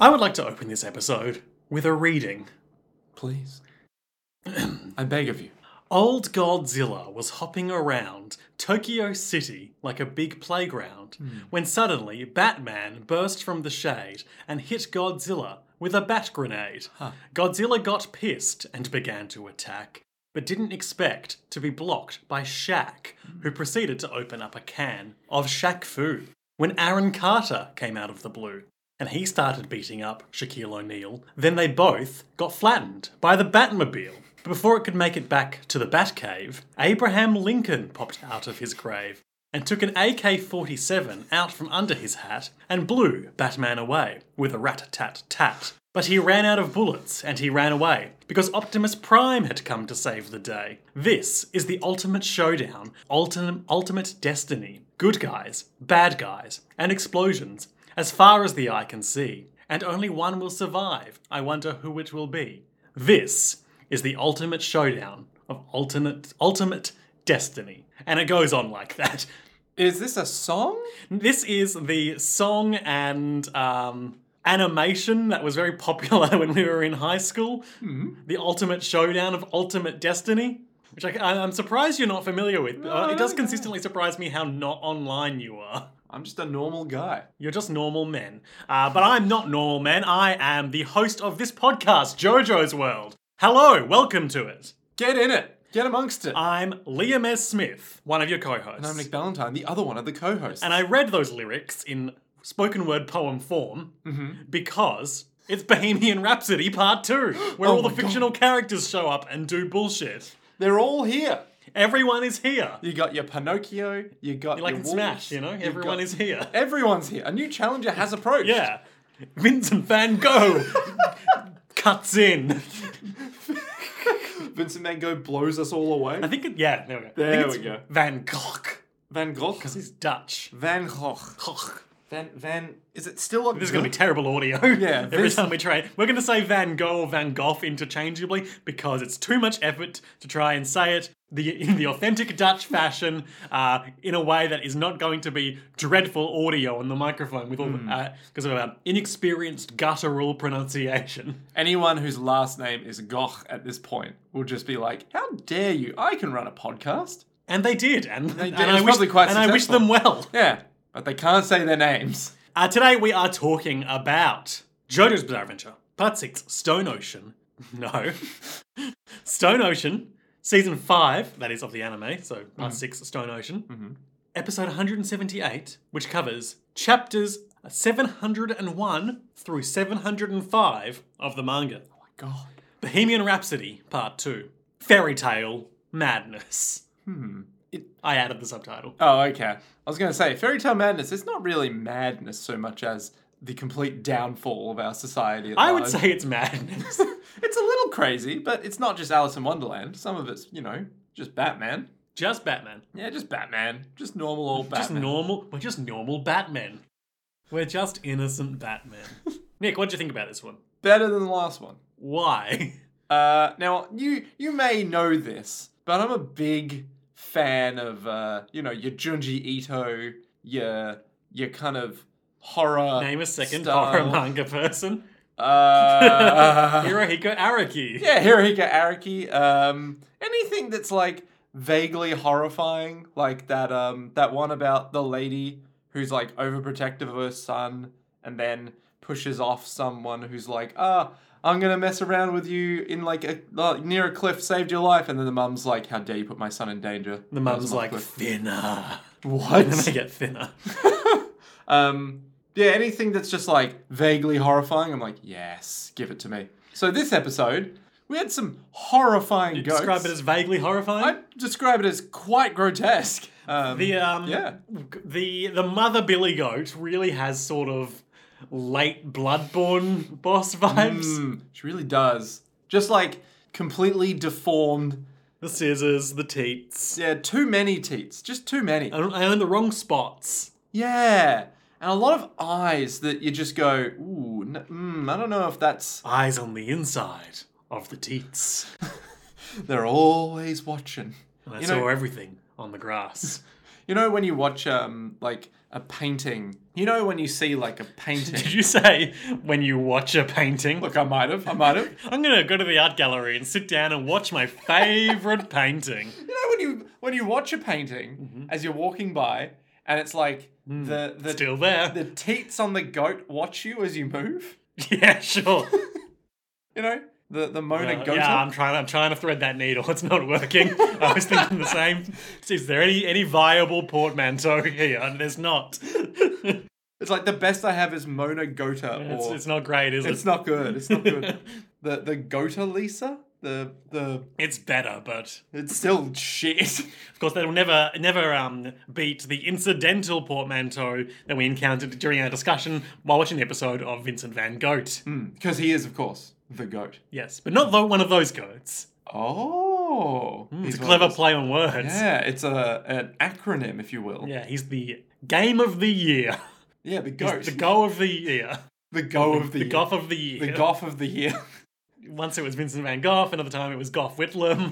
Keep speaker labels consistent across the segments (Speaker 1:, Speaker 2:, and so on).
Speaker 1: I would like to open this episode with a reading.
Speaker 2: Please. I beg of you.
Speaker 1: Old Godzilla was hopping around Tokyo City like a big playground when suddenly Batman burst from the shade and hit Godzilla with a bat grenade. Godzilla got pissed and began to attack, but didn't expect to be blocked by Shaq, who proceeded to open up a can of Shaq Fu when Aaron Carter came out of the blue. And he started beating up Shaquille O'Neal. Then they both got flattened by the Batmobile. But before it could make it back to the Batcave, Abraham Lincoln popped out of his grave and took an AK 47 out from under his hat and blew Batman away with a rat tat tat. But he ran out of bullets and he ran away because Optimus Prime had come to save the day. This is the ultimate showdown, ultim- ultimate destiny. Good guys, bad guys, and explosions, as far as the eye can see. And only one will survive. I wonder who it will be. This is the ultimate showdown of ultimate ultimate destiny. And it goes on like that.
Speaker 2: Is this a song?
Speaker 1: This is the song and um, animation that was very popular when we were in high school. The Ultimate Showdown of Ultimate Destiny, which I, I- I'm surprised you're not familiar with. Uh, it does consistently surprise me how not online you are.
Speaker 2: I'm just a normal guy.
Speaker 1: You're just normal men. Uh, but I'm not normal men. I am the host of this podcast, JoJo's World. Hello, welcome to it.
Speaker 2: Get in it. Get amongst it.
Speaker 1: I'm Liam S. Smith, one of your co hosts.
Speaker 2: and I'm Nick Ballantyne, the other one of the co-hosts.
Speaker 1: And I read those lyrics in spoken word poem form
Speaker 2: Mm-hmm.
Speaker 1: because it's Bohemian Rhapsody Part 2, where all the
Speaker 2: Oh my
Speaker 1: fictional characters show up and do bullshit.
Speaker 2: They're all here.
Speaker 1: Everyone is here.
Speaker 2: You got your Pinocchio. You got
Speaker 1: Like
Speaker 2: your
Speaker 1: in
Speaker 2: wolves,
Speaker 1: Smash, you know?
Speaker 2: you've
Speaker 1: Everyone
Speaker 2: got-
Speaker 1: is here.
Speaker 2: Everyone's here. A new challenger has approached.
Speaker 1: Yeah. Vincent Van Gogh cuts in.
Speaker 2: Vincent Van Gogh blows us all away.
Speaker 1: I think, it, yeah, there we go. I
Speaker 2: There
Speaker 1: think it's
Speaker 2: we go.
Speaker 1: Van Gogh.
Speaker 2: Van Gogh.
Speaker 1: He's Dutch.
Speaker 2: Van Gogh.
Speaker 1: Gogh.
Speaker 2: Van Van. Is it still a?
Speaker 1: This is going to be terrible audio. Yeah. Every
Speaker 2: Vincent-
Speaker 1: time we try, we're going to say Van Gogh or Van Gogh interchangeably because it's too much effort to try and say it the, in the authentic Dutch fashion, uh, in a way that is not going to be dreadful audio on the microphone with all
Speaker 2: Hmm.
Speaker 1: because of our inexperienced guttural pronunciation.
Speaker 2: Anyone whose last name is Gogh at this point will just be like, "How dare you? I can run a podcast."
Speaker 1: And they did, and, and
Speaker 2: did. It was
Speaker 1: I wish
Speaker 2: probably quite
Speaker 1: and I wish
Speaker 2: successful.
Speaker 1: them well.
Speaker 2: Yeah, but they can't say their names.
Speaker 1: Uh, today we are talking about JoJo's Bizarre Adventure, Part 6, Stone Ocean. No. Stone Ocean, Season 5, that is of the anime, so Part 6, Stone Ocean. Episode 178, which covers chapters 701 through 705 of the manga.
Speaker 2: God.
Speaker 1: Bohemian Rhapsody, Part 2. Fairy Tale Madness. Hmm. I added the subtitle.
Speaker 2: Oh, okay. I was going to say, fairy tale madness is not really madness so much as the complete downfall of our society. At
Speaker 1: I would
Speaker 2: large.
Speaker 1: say it's madness.
Speaker 2: it's a little crazy, but it's not just Alice in Wonderland. Some of it's, you know, just Batman.
Speaker 1: Just Batman.
Speaker 2: Yeah, just Batman. Just normal old Batman.
Speaker 1: Just normal. We're just normal Batman. We're just innocent Batman. Nick, what do you think about this one?
Speaker 2: Better than the last one.
Speaker 1: Why?
Speaker 2: Uh, now you you may know this, but I'm a big fan of uh, you know your Junji Ito, your your kind of horror.
Speaker 1: Name a second
Speaker 2: style.
Speaker 1: horror manga person.
Speaker 2: Uh,
Speaker 1: Hirohiko Araki.
Speaker 2: yeah, Hirohiko Araki. Um, anything that's like vaguely horrifying, like that um that one about the lady who's like overprotective of her son, and then pushes off someone who's like, ah. I'm gonna mess around with you in like a like, near a cliff, saved your life, and then the mum's like, "How dare you put my son in danger?"
Speaker 1: The mum's like thinner. And then
Speaker 2: "What?"
Speaker 1: they get thinner.
Speaker 2: Um, yeah, anything that's just like vaguely horrifying, I'm like, yes, give it to me. So this episode, we had some horrifying ghosts.
Speaker 1: Describe it as vaguely horrifying.
Speaker 2: I describe it as quite grotesque. Um,
Speaker 1: the um,
Speaker 2: yeah.
Speaker 1: the the mother Billy Goat really has sort of late Bloodborne boss vibes.
Speaker 2: Mm, she really does. Just like completely deformed.
Speaker 1: The scissors, the teats.
Speaker 2: Yeah, too many teats. Just too many.
Speaker 1: I I own the wrong spots.
Speaker 2: Yeah. And a lot of eyes that you just go, ooh, n- mm, I don't know if that's.
Speaker 1: Eyes on the inside of the teats.
Speaker 2: They're always watching.
Speaker 1: And I
Speaker 2: You
Speaker 1: saw
Speaker 2: know-
Speaker 1: everything on the grass.
Speaker 2: You You know when you watch um like a painting. You know when you see like a
Speaker 1: Did
Speaker 2: painting.
Speaker 1: you say when you watch a painting?
Speaker 2: Look, I might have. I might have.
Speaker 1: I'm gonna go to the art gallery and sit down and watch my favorite painting.
Speaker 2: You know when you when you watch a painting
Speaker 1: Mm-hmm.
Speaker 2: as you're walking by and it's like the
Speaker 1: Hmm.
Speaker 2: the
Speaker 1: Still there.
Speaker 2: the teats on the goat watch you as you move.
Speaker 1: Yeah, sure.
Speaker 2: You know the the Mona
Speaker 1: Uh,
Speaker 2: Gota.
Speaker 1: yeah, I'm trying. I'm trying to thread that needle. It's not working. I was thinking the same. Is there any any viable portmanteau here? And there's not. it's,
Speaker 2: It's like the best I have is Mona Gota. or
Speaker 1: it's not great, is
Speaker 2: It's
Speaker 1: it?
Speaker 2: not good. It's not good. the the Gota Lisa. The the
Speaker 1: It's better, but
Speaker 2: it's still shit.
Speaker 1: of course that will never never um beat the incidental portmanteau that we encountered during our discussion while watching the episode of Vincent Van Gogh.
Speaker 2: Because Hmm. he is, of course, the goat.
Speaker 1: Yes, but not tho- one of those goats.
Speaker 2: Oh,
Speaker 1: Hmm, It's
Speaker 2: he's
Speaker 1: a
Speaker 2: one of
Speaker 1: clever
Speaker 2: those-
Speaker 1: play on words.
Speaker 2: Yeah, it's a an acronym, if you will. Yeah,
Speaker 1: Yeah, he's the game of the year.
Speaker 2: the
Speaker 1: He's
Speaker 2: goat,
Speaker 1: the
Speaker 2: the,
Speaker 1: go of the year.
Speaker 2: go of the,
Speaker 1: The
Speaker 2: year.
Speaker 1: goth of the year.
Speaker 2: the goth of the year.
Speaker 1: Once it was Vincent van Gogh, another time it was Gough Whitlam,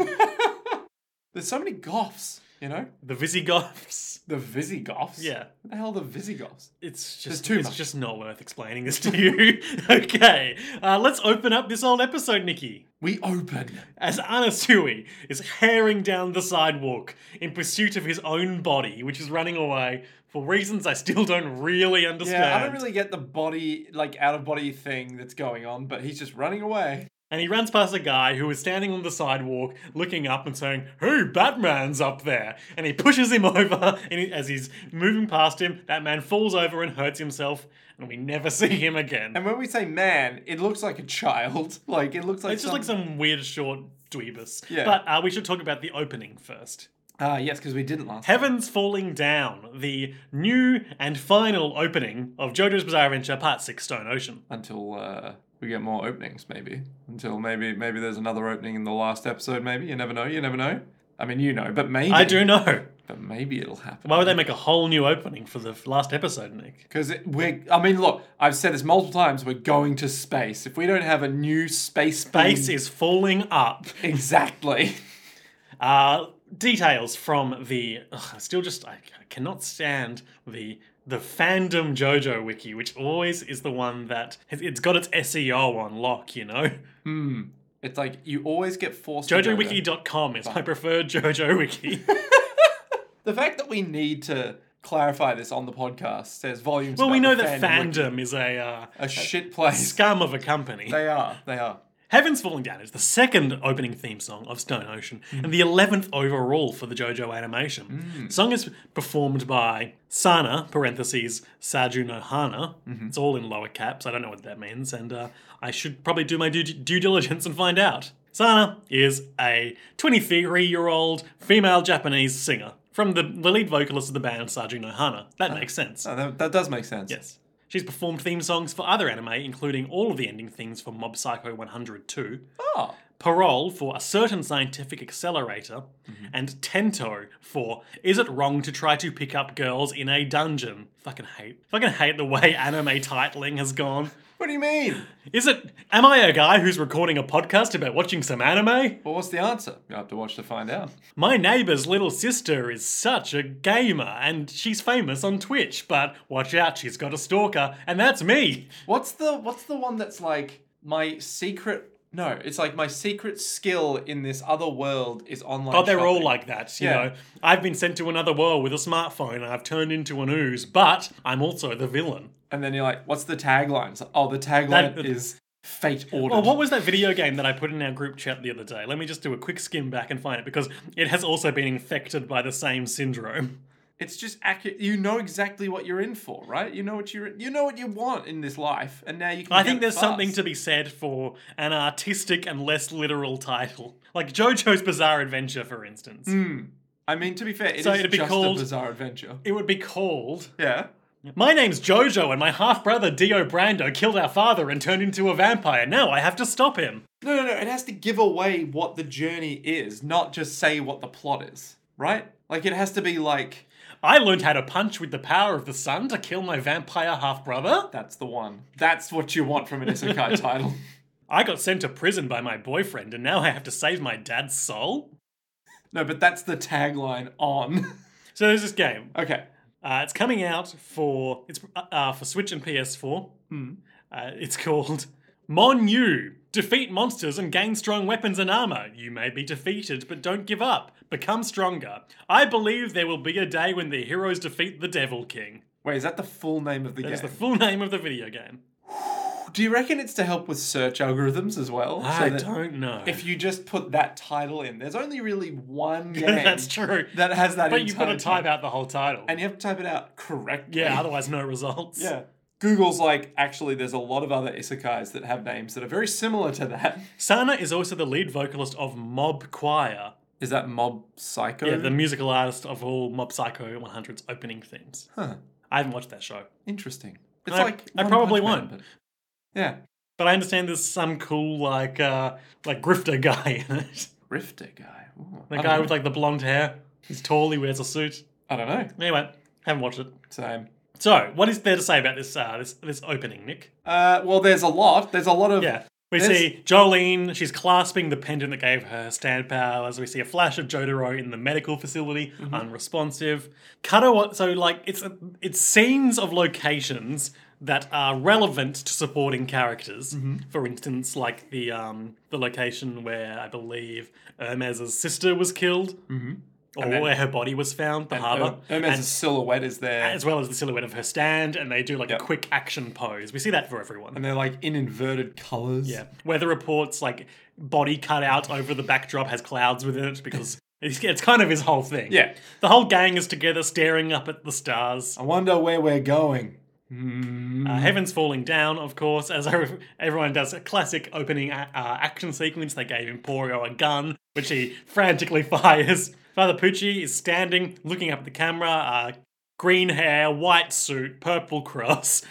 Speaker 2: There's so many goths, you know.
Speaker 1: the Visigoths.
Speaker 2: The Visigoths.
Speaker 1: Yeah.
Speaker 2: What the hell, are the Visigoths.
Speaker 1: It's
Speaker 2: There's
Speaker 1: just
Speaker 2: too
Speaker 1: it's
Speaker 2: much.
Speaker 1: just not worth explaining this to you. okay, uh, let's open up this old episode, Nikki.
Speaker 2: We open.
Speaker 1: As Anasui is haring down the sidewalk in pursuit of his own body, which is running away for reasons I still don't really understand.
Speaker 2: Yeah, I don't really get the body, like out of body thing that's going on, but he's just running away.
Speaker 1: And he runs past a guy who is standing on the sidewalk looking up and saying, Hey, Batman's up there! And he pushes him over, and he- as he's moving past him, that man falls over and hurts himself, and we never see him again.
Speaker 2: And when we say man, it looks like a child. Like it looks like
Speaker 1: it's just like some weird short dweebus.
Speaker 2: Yeah.
Speaker 1: But uh, we should talk about the opening first.
Speaker 2: Ah, yes, because we didn't last.
Speaker 1: Heaven's Falling Down, the new and final opening of JoJo's Bizarre Adventure Part 6 Stone Ocean.
Speaker 2: until uh, we get more openings maybe until maybe maybe there's another opening in the last episode maybe you never know you never know i mean you know but maybe
Speaker 1: I do know.
Speaker 2: but maybe it'll happen
Speaker 1: Why would they make a whole new opening for the last episode, Nick?
Speaker 2: because we're i mean look i've said this multiple times we're going to space if we don't have a new space
Speaker 1: Base is falling up.
Speaker 2: exactly
Speaker 1: Uh, details from the. Ugh, I still just. I, I cannot stand the the fandom JoJo wiki, which always is the one that has, it's got its SEO on lock. You know,
Speaker 2: hmm it's like you always get forced to go there.
Speaker 1: JoJoWiki.com is my preferred JoJo wiki.
Speaker 2: the fact that we need to clarify this on the podcast says volumes
Speaker 1: well, we know
Speaker 2: about the
Speaker 1: that
Speaker 2: wiki.
Speaker 1: fandom is a uh,
Speaker 2: a shit place
Speaker 1: scum of a company.
Speaker 2: they are they are
Speaker 1: Heaven's Falling Down is the second opening theme song of Stone Ocean and the 11th overall for the JoJo animation. The song is performed by Sana, parentheses, Saju no Hana. It's all in lower caps. I don't know what that means, and uh, I should probably do my due, due diligence and find out. Sana is a 23 year old female Japanese singer from the, the lead vocalist of the band, Saju no Hana. That makes sense.
Speaker 2: Oh, that, that does make sense
Speaker 1: Yes. She's performed theme songs for other anime, including all of the ending things for Mob Psycho 102.
Speaker 2: oh
Speaker 1: Parole for a certain scientific accelerator, and Tento for is it wrong to try to pick up girls in a dungeon? Fucking hate. Fucking hate the way anime titling has gone.
Speaker 2: what do you mean
Speaker 1: Is it am I a guy who's recording a podcast about watching some anime?
Speaker 2: Well, what's the answer? You'll have to watch to find out.
Speaker 1: My neighbor's little sister is such a gamer and she's famous on Twitch, but watch out, she's got a stalker, and that's me.
Speaker 2: What's the What's the one that's like my secret? No, it's like my secret skill in this other world is online.
Speaker 1: Oh, they're all
Speaker 2: shopping.
Speaker 1: like that, you
Speaker 2: Yeah.
Speaker 1: know. I've been sent to another world with a smartphone and I've turned into an ooze, but I'm also the villain.
Speaker 2: And then you're like, what's the tagline? It's like, oh, the tagline
Speaker 1: That-
Speaker 2: is fate ordered.
Speaker 1: Well, Oh, what was that video game that I put in our group chat the other day? Let me just do a quick skim back and find it because it has also been infected by the same syndrome.
Speaker 2: It's just accurate. You know exactly what you're in for, right? You know what you you know what you want in this life, and now you can.
Speaker 1: I
Speaker 2: get
Speaker 1: think
Speaker 2: it
Speaker 1: there's
Speaker 2: fast.
Speaker 1: something to be said for an artistic and less literal title, like JoJo's Bizarre Adventure, for instance.
Speaker 2: I mean, to be fair, it
Speaker 1: So
Speaker 2: is
Speaker 1: it'd be
Speaker 2: just
Speaker 1: called-
Speaker 2: a bizarre adventure.
Speaker 1: It would be called
Speaker 2: Yeah.
Speaker 1: My name's Jojo, and my half brother Dio Brando killed our father and turned into a vampire. Now I have to stop him.
Speaker 2: No, no, no. It has to give away what the journey is, not just say what the plot is, right? Like, it has to be like,
Speaker 1: I learned how to punch with the power of the sun to kill my vampire half brother.
Speaker 2: that's the one. That's what you want from an isekai title.
Speaker 1: I got sent to prison by my boyfriend, and now I have to save my dad's soul.
Speaker 2: No, but that's the tagline on.
Speaker 1: So there's this game.
Speaker 2: Okay.
Speaker 1: Uh, it's coming out for it's uh, uh, for Switch and PS4.
Speaker 2: Hmm.
Speaker 1: Uh, it's called Mon Yu. Defeat monsters and gain strong weapons and armor. You may be defeated, but don't give up. Become stronger. I believe there will be a day when the heroes defeat the Devil King.
Speaker 2: Wait, is that the full name of the
Speaker 1: That
Speaker 2: game?
Speaker 1: is the full name of the video game.
Speaker 2: Do you reckon it's to help with search algorithms as well? So
Speaker 1: I
Speaker 2: Ah, that
Speaker 1: don't know.
Speaker 2: If you just put that title in, there's only really one game
Speaker 1: That's true.
Speaker 2: that has that.
Speaker 1: But you've got
Speaker 2: entire
Speaker 1: to type
Speaker 2: title.
Speaker 1: out the whole title.
Speaker 2: and you have to type it out correctly.
Speaker 1: yeah, otherwise no results.
Speaker 2: yeah. Google's like actually, there's a lot of other isekais that have names that are very similar to that.
Speaker 1: Sana is also the lead vocalist of Mob Choir.
Speaker 2: Is that Mob Psycho?
Speaker 1: Yeah, the musical artist of all Mob Psycho 100's opening themes.
Speaker 2: Huh.
Speaker 1: I haven't watched that show.
Speaker 2: Interesting. It's
Speaker 1: I-
Speaker 2: like
Speaker 1: I
Speaker 2: One
Speaker 1: probably
Speaker 2: Punch Man,
Speaker 1: won't.
Speaker 2: but- Yeah,
Speaker 1: But I understand there's some cool like uh like grifter guy in it.
Speaker 2: Rifter guy. Ooh, I
Speaker 1: The
Speaker 2: don't
Speaker 1: guy
Speaker 2: know.
Speaker 1: with like the blonde hair. He's tall, he wears a suit.
Speaker 2: I don't know.
Speaker 1: Anyway, haven't watched it.
Speaker 2: Same.
Speaker 1: So, what is there to say about this uh this this opening, Nick?
Speaker 2: Uh, well, there's a lot. There's a lot of
Speaker 1: Yeah. We
Speaker 2: There's-
Speaker 1: see Jolene, she's clasping the pendant that gave her stand powers. We see a flash of Jotaro in the medical facility,
Speaker 2: Mm-hmm.
Speaker 1: unresponsive. Katawa, so like it's a, it's scenes of locations that are relevant to supporting characters.
Speaker 2: Mm-hmm.
Speaker 1: For instance, like the um the location where I believe Hermes's sister was killed. Or
Speaker 2: Mm-hmm. then-
Speaker 1: where her body was found, the harbour.
Speaker 2: Her- Hermes' silhouette is there,
Speaker 1: as well as the silhouette of her stand, and they do like
Speaker 2: Yep.
Speaker 1: a quick action pose. We see that for everyone.
Speaker 2: and they're like in inverted colors.
Speaker 1: Yeah. Weather reports like body cut out over the backdrop has clouds within it because it's, it's kind of his whole thing.
Speaker 2: Yeah.
Speaker 1: The whole gang is together staring up at the stars.
Speaker 2: I wonder where we're going. Hmm.
Speaker 1: Uh, heaven's falling down, of course, as I- everyone does a classic opening a- uh, action sequence. They gave Emporio a gun, which he frantically fires. Father Pucci is standing, looking up at the camera. Uh, green hair, white suit, purple cross.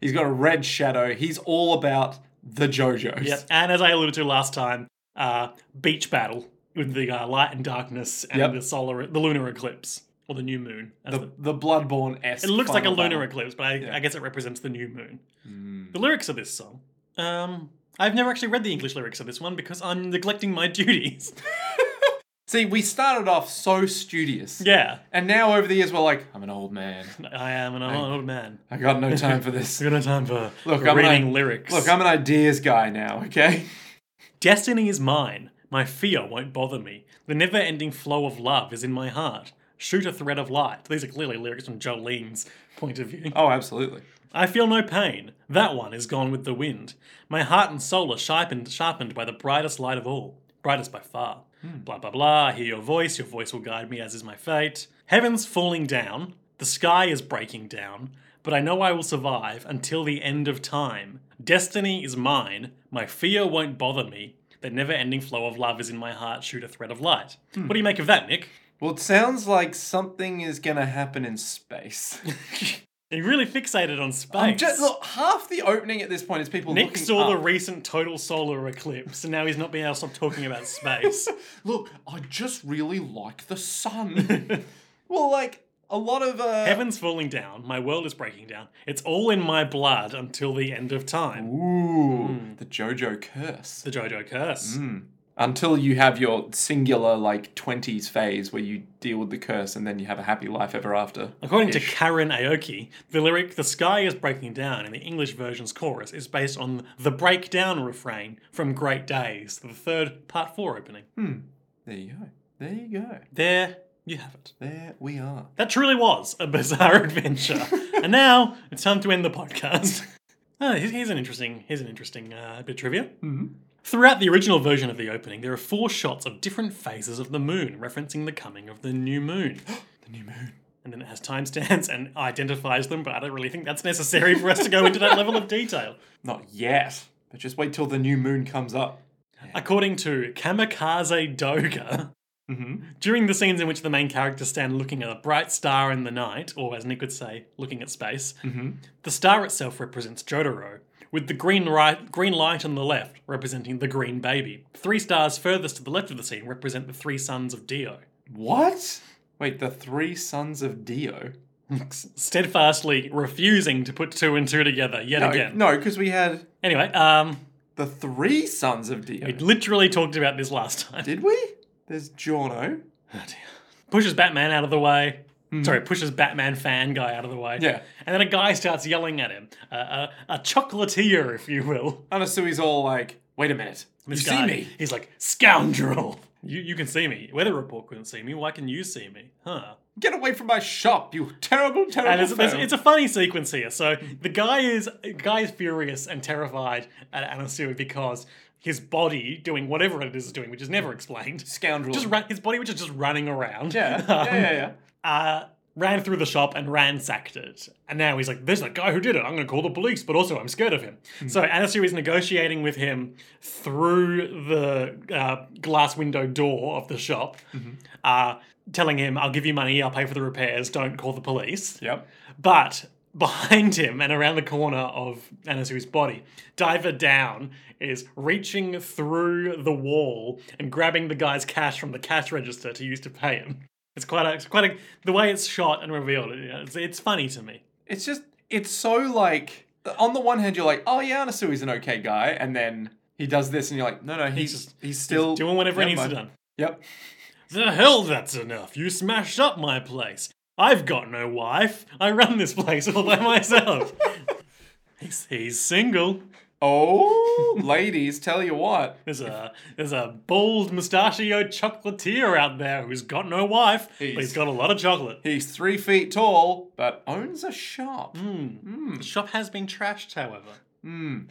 Speaker 2: He's got a red shadow. He's all about the JoJo's.
Speaker 1: Yep. And as I alluded to last time, uh, beach battle with the uh, light and darkness and
Speaker 2: Yep.
Speaker 1: the solar, the lunar eclipse or the new moon. as
Speaker 2: The,
Speaker 1: the-
Speaker 2: the Bloodborne S.
Speaker 1: it looks like a lunar eclipse, but I,
Speaker 2: Yeah.
Speaker 1: I guess it represents the new moon. The lyrics of this song. Um, I've never actually read the English lyrics of this one because I'm neglecting my duties.
Speaker 2: See, we started off so studious.
Speaker 1: yeah,
Speaker 2: And now over the years, we're like, I'm an old man.
Speaker 1: I am an old man.
Speaker 2: I got no time for this.
Speaker 1: I've got no time for
Speaker 2: Look,
Speaker 1: for
Speaker 2: I'm
Speaker 1: reading
Speaker 2: an-
Speaker 1: lyrics.
Speaker 2: Look, I'm an ideas guy now, okay?
Speaker 1: Destiny is mine. My fear won't bother me. The never ending flow of love is in my heart. Shoot a thread of light. These are clearly lyrics from Jolene's point of view.
Speaker 2: Oh, absolutely.
Speaker 1: I feel no pain. That one is gone with the wind. My heart and soul are sharpened, sharpened by the brightest light of all. Brightest by far.
Speaker 2: Hmm.
Speaker 1: Blah, blah, blah. I hear your voice. Your voice will guide me, as is my fate. Heaven's falling down. The sky is breaking down. But I know I will survive until the end of time. Destiny is mine. My fear won't bother me. The never ending flow of love is in my heart. Shoot a thread of light.
Speaker 2: Hmm.
Speaker 1: What do you make of that, Nick?
Speaker 2: Well, it sounds like something is going to happen in space.
Speaker 1: You really fixated on space.
Speaker 2: I'm just, look, half the opening at this point is people
Speaker 1: Nick
Speaker 2: looking
Speaker 1: saw the
Speaker 2: up.
Speaker 1: recent total solar eclipse, and now he's not being able to stop talking about space.
Speaker 2: Look, I just really like the sun. well, like, a lot of. Uh,
Speaker 1: Heaven's falling down. My world is breaking down. It's all in my blood until the end of time.
Speaker 2: Ooh, the JoJo curse. Hmm.
Speaker 1: The JoJo
Speaker 2: Mm.
Speaker 1: curse.
Speaker 2: Until you have your singular like twenties phase where you deal with the curse and then you have a happy life ever after.
Speaker 1: According to Karen Aoki, the lyric "The sky is breaking down" in the English version's chorus is based on the breakdown refrain from "Great Days," the third part four opening.
Speaker 2: There you go. There you go.
Speaker 1: There you have it.
Speaker 2: There we are.
Speaker 1: That truly was a bizarre adventure. and now it's time to end the podcast. Oh, here's here's an interesting, here's an interesting uh, bit of trivia. Throughout the original version of the opening, there are four shots of different phases of the moon, referencing the coming of the new moon.
Speaker 2: The new moon.
Speaker 1: And then it has timestamps and identifies them, but I don't really think that's necessary for us to go into that level of detail.
Speaker 2: Not yet. But just wait till the new moon comes up.
Speaker 1: According to Kamikaze Doga,
Speaker 2: Mm-hmm.
Speaker 1: During the scenes in which the main characters stand looking at a bright star in the night, or as Nick would say, looking at space,
Speaker 2: Mm-hmm.
Speaker 1: the star itself represents Jotaro, with the green, right, green light on the left representing the green baby. Three stars furthest to the left of the scene represent the three sons of Dio,
Speaker 2: What? Wait, the three sons of Dio.
Speaker 1: steadfastly refusing to put two and two together yet
Speaker 2: No,
Speaker 1: again.
Speaker 2: no, because we had
Speaker 1: Anyway, um,
Speaker 2: the three sons of Dio.
Speaker 1: we literally talked about this last time.
Speaker 2: Did we? There's Giorno.
Speaker 1: Oh dear. Pushes Batman out of the way. Sorry, pushes Batman fan guy out of the way.
Speaker 2: Mm-hmm. Yeah.
Speaker 1: And then a guy starts yelling at him, uh, a, a chocolatier, if you will.
Speaker 2: Anasui's all like, wait a minute.
Speaker 1: This
Speaker 2: you
Speaker 1: guy,
Speaker 2: see me?
Speaker 1: He's like, scoundrel. You, you can see me. Weather report couldn't see me. Why can you see me? Huh.
Speaker 2: Get away from my shop, you terrible, terrible.
Speaker 1: And it's, it's,
Speaker 2: foe."
Speaker 1: it's a funny sequence here. So the guy is guy is furious and terrified at Anasui because his body doing whatever it is it's doing, which is never explained.
Speaker 2: scoundrel.
Speaker 1: Just ran, his body, which is just running around.
Speaker 2: yeah. yeah,
Speaker 1: Um,
Speaker 2: yeah, yeah.
Speaker 1: uh, ran through the shop and ransacked it. And now he's like, there's a guy who did it. I'm going to call the police, but also I'm scared of him. So Anasu is negotiating with him through the uh, glass window door of the shop, uh, telling him, I'll give you money, I'll pay for the repairs, don't call the police.
Speaker 2: Yep.
Speaker 1: But behind him and around the corner of Anasu's body, Diver Down is reaching through the wall and grabbing the guy's cash from the cash register to use to pay him. It's quite a, it's quite a, the way it's shot and revealed. you know, It's, it's funny to me.
Speaker 2: It's just, it's so like, on the one hand, you're like, oh yeah, Anasui's an okay guy. And then he does this and you're like, no, no, he's, he's,
Speaker 1: just-
Speaker 2: still
Speaker 1: Doing whatever he
Speaker 2: Never
Speaker 1: needs to
Speaker 2: mind.
Speaker 1: done.
Speaker 2: Yep.
Speaker 1: The hell that's enough. You smashed up my place. I've got no wife. I run this place all by myself. he's, he's single.
Speaker 2: Oh, ladies, tell you what.
Speaker 1: There's a there's a bald mustachio chocolatier out there who's got no wife, but he's
Speaker 2: He's-
Speaker 1: got a lot of chocolate.
Speaker 2: He's three feet tall, but owns a shop.
Speaker 1: Mm. The shop has been trashed, however.
Speaker 2: And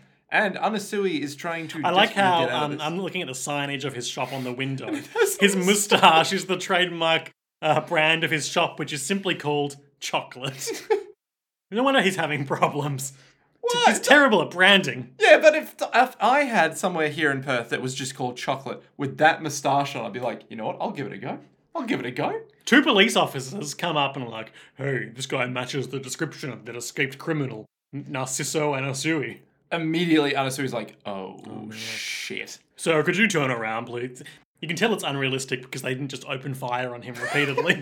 Speaker 2: Anasui is trying to.
Speaker 1: I like how
Speaker 2: get out
Speaker 1: um,
Speaker 2: of
Speaker 1: I'm looking at the signage of his shop on the window.
Speaker 2: this.
Speaker 1: his mustache is the trademark uh, brand of his shop, which is simply called chocolate. no wonder he's having problems.
Speaker 2: What?
Speaker 1: He's terrible at branding.
Speaker 2: yeah, but if, if I had somewhere here in Perth that was just called chocolate with that moustache on, I'd be like, you know what? I'll give it a go. I'll give it a go.
Speaker 1: Two police officers come up and are like, "Hey, this guy matches the description of that escaped criminal, Narciso Anasui."
Speaker 2: Immediately, Anasui's like, oh, shit.
Speaker 1: So could you turn around, please? You can tell it's unrealistic because they didn't just open fire on him repeatedly.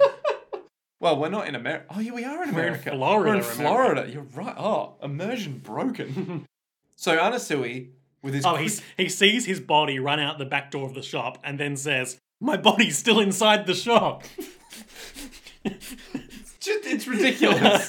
Speaker 2: Well, we're not in America. Oh, yeah, we are in
Speaker 1: in
Speaker 2: America.
Speaker 1: Florida,
Speaker 2: We're in
Speaker 1: remember.
Speaker 2: Florida. You're right. Oh, immersion broken. so Anasui, with his
Speaker 1: oh, he's, he sees his body run out the back door of the shop and then says, "My body's still inside the shop."
Speaker 2: just it's ridiculous.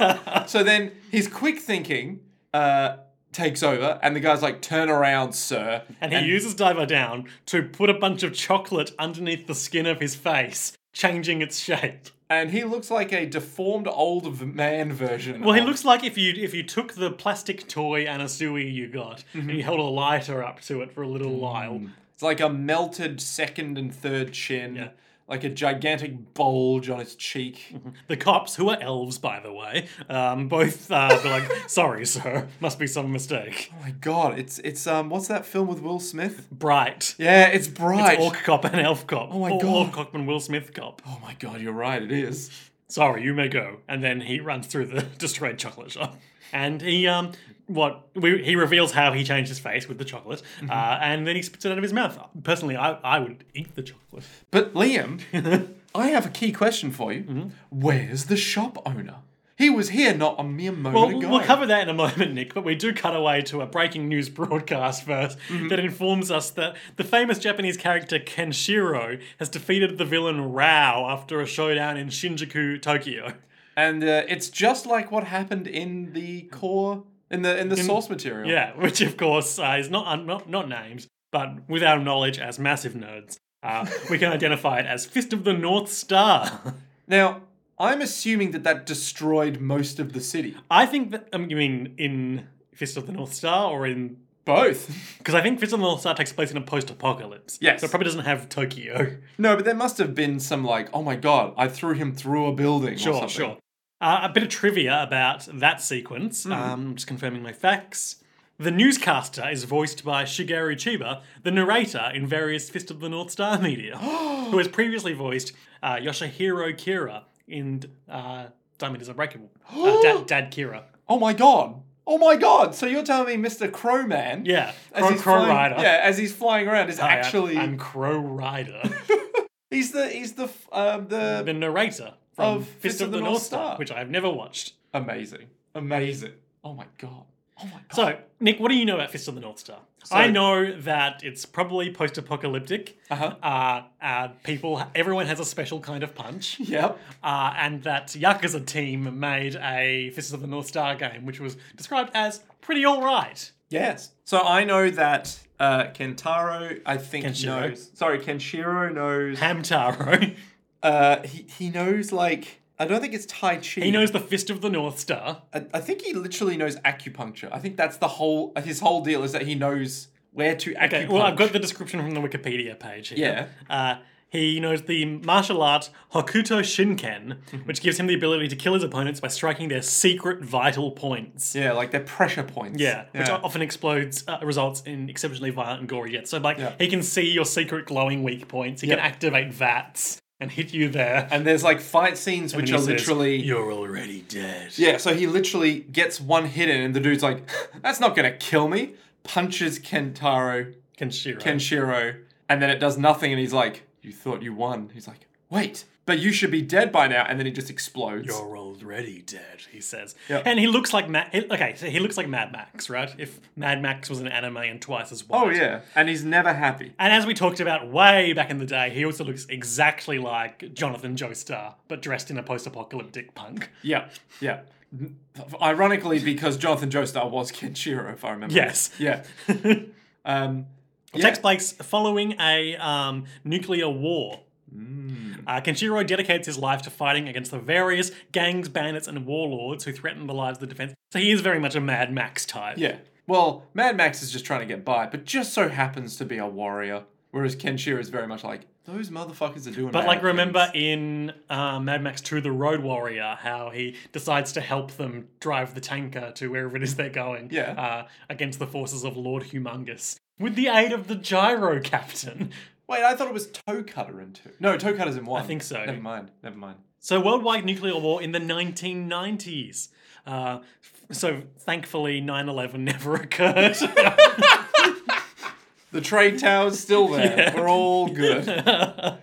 Speaker 2: so then his quick thinking uh, takes over, and the guy's like, "Turn around, sir."
Speaker 1: And he uses Diver Down to put a bunch of chocolate underneath the skin of his face, changing its shape.
Speaker 2: And he looks like a deformed old v- man version.
Speaker 1: Well, he
Speaker 2: of-
Speaker 1: looks like if you if you took the plastic toy Anasui you got and you held a lighter up to it for a little while.
Speaker 2: It's like a melted second and third chin, like a gigantic bulge on his cheek.
Speaker 1: The cops, who are elves, by the way, um, both uh, were like, sorry, sir, must be some mistake.
Speaker 2: oh my god! It's it's um, what's that film with Will Smith?
Speaker 1: Bright.
Speaker 2: Yeah, it's bright.
Speaker 1: Orc cop and elf cop. Oh
Speaker 2: my
Speaker 1: or
Speaker 2: God.
Speaker 1: Orc cop and Will Smith cop.
Speaker 2: oh my god, you're right. It is.
Speaker 1: Sorry, you may go. And then he runs through the destroyed chocolate shop. And he, um, what, we, he reveals how he changed his face with the chocolate.
Speaker 2: Mm-hmm.
Speaker 1: Uh, and then he spits it out of his mouth. Personally, I, I would eat the chocolate.
Speaker 2: But Liam, I have a key question for you. Where's the shop owner? He was here not a mere moment
Speaker 1: Well,
Speaker 2: ago.
Speaker 1: we'll cover that in a moment, Nick, but we do cut away to a breaking news broadcast 1st that informs us that the famous Japanese character Kenshiro has defeated the villain Rao after a showdown in Shinjuku, Tokyo.
Speaker 2: and uh, it's just like what happened in the core in the in the source material.
Speaker 1: Yeah, which of course uh, is not, un- not not named, but with our knowledge as massive nerds, uh, we can identify it as Fist of the North Star.
Speaker 2: Now, I'm assuming that that destroyed most of the city.
Speaker 1: I think that I mean in Fist of the North Star or in
Speaker 2: Both.
Speaker 1: because I think Fist of the North Star takes place in a post-apocalypse.
Speaker 2: Yes.
Speaker 1: so it probably doesn't have Tokyo.
Speaker 2: No, but there must have been some like, oh my god, I threw him through a building. or
Speaker 1: Sure,
Speaker 2: something.
Speaker 1: sure. Uh, a bit of trivia about that
Speaker 2: Hmm.
Speaker 1: sequence. Um, just confirming my facts. The newscaster is voiced by Shigeru Chiba, the narrator in various Fist of the North Star media, who has previously voiced uh, Yoshihiro Kira in uh, Diamond is Unbreakable. Uh, Dad, Dad Kira.
Speaker 2: Oh my god. Oh my god. So you're telling me Mr. Crowman?
Speaker 1: Yeah.
Speaker 2: as
Speaker 1: Crow,
Speaker 2: he's
Speaker 1: Crow
Speaker 2: flying-
Speaker 1: Rider.
Speaker 2: Yeah, as he's flying around, is
Speaker 1: Hi, I-
Speaker 2: actually
Speaker 1: I'm Crow Rider,
Speaker 2: he's the he's the f- um the
Speaker 1: the narrator from Fist, of, the, North Star,
Speaker 2: Star.
Speaker 1: which I've never watched.
Speaker 2: Amazing. Amazing. Oh my god. Oh my god.
Speaker 1: So, Nick, what do you know about Fist on the North Star? I
Speaker 2: So-
Speaker 1: know that it's probably post-apocalyptic.
Speaker 2: Uh-huh.
Speaker 1: Uh, uh, people, everyone has a special kind of punch.
Speaker 2: Yep.
Speaker 1: uh, and that Yakuza team made a Fist of the North Star game, which was described as pretty alright.
Speaker 2: Yes. So I know that uh, Kentaro, I think
Speaker 1: Kenshiro.
Speaker 2: knows. Sorry, Kenshiro knows.
Speaker 1: Hamtaro.
Speaker 2: Uh, he he knows like I don't think it's Tai Chi.
Speaker 1: He knows the Fist of the North Star.
Speaker 2: I, I think he literally knows acupuncture. I think that's the whole his whole deal is that he knows where to acupunct.
Speaker 1: Okay, well, I've got the description from the Wikipedia page here. Yeah. Uh, he knows the martial art Hokuto Shinken, which gives him the ability to kill his opponents by striking their secret vital points.
Speaker 2: yeah, like they're pressure points.
Speaker 1: Yeah, which
Speaker 2: yeah.
Speaker 1: often explodes, uh, results in exceptionally violent and gory hits. So, like,
Speaker 2: Yeah.
Speaker 1: he can see your secret glowing weak points. He
Speaker 2: Yeah.
Speaker 1: can activate VATs and hit you there.
Speaker 2: and there's like fight scenes which are
Speaker 1: And he says,
Speaker 2: literally
Speaker 1: You're already dead.
Speaker 2: Yeah, so he literally gets one hit in, and the dude's like, "That's not gonna kill me." Punches Kentaro,
Speaker 1: Kenshiro.
Speaker 2: Kenshiro, and then it does nothing, and he's like, "You thought you won?" He's like, "Wait, but you should be dead by now." And then he just explodes.
Speaker 1: You're already dead, he says.
Speaker 2: Yep.
Speaker 1: And he looks like Ma- he- okay, so he looks like Mad Max, right? If Mad Max was an anime and twice as white.
Speaker 2: oh yeah, and he's never happy.
Speaker 1: And as we talked about way back in the day, he also looks exactly like Jonathan Joestar, but dressed in a post-apocalyptic punk.
Speaker 2: Yeah, yeah. Ironically, because Jonathan Joestar was Kenshiro, if I remember.
Speaker 1: Yes.
Speaker 2: Yeah. Um,
Speaker 1: It takes place following a um, nuclear war.
Speaker 2: Mm.
Speaker 1: Uh, Kenshiro dedicates his life to fighting against the various gangs, bandits, and warlords who threaten the lives of the defense. So he is very much a Mad Max type.
Speaker 2: Yeah. Well, Mad Max is just trying to get by, but just so happens to be a warrior. Whereas Kenshiro is very much like, those motherfuckers are doing
Speaker 1: But
Speaker 2: bad
Speaker 1: like, remember
Speaker 2: things."
Speaker 1: in uh, Mad Max 2, The Road Warrior, how he decides to help them drive the tanker to wherever it is they're going
Speaker 2: Yeah.
Speaker 1: uh, against the forces of Lord Humongous with the aid of the Gyro Captain.
Speaker 2: Wait, I thought it was Toe Cutter in two. No, Toe Cutter's in one.
Speaker 1: think so.
Speaker 2: Never mind. Never mind.
Speaker 1: So, worldwide nuclear war in the 1990s. Uh, f- so, thankfully, 9 11 never occurred.
Speaker 2: The trade tower's still there.
Speaker 1: Yeah.
Speaker 2: We're all good. Uh,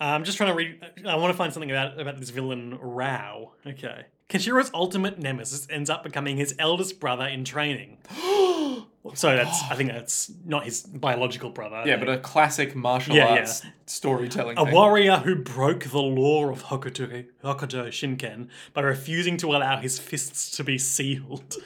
Speaker 1: I'm just trying to read. I want to find something about about this villain Rao. Okay. Kenshiro's ultimate nemesis ends up becoming his eldest brother in training. so that's I think that's not his biological brother.
Speaker 2: yeah, but a classic martial
Speaker 1: Yeah, yeah.
Speaker 2: arts storytelling
Speaker 1: a
Speaker 2: thing.
Speaker 1: warrior who broke the law of Hokuto, Hokuto Shinken by refusing to allow his fists to be sealed.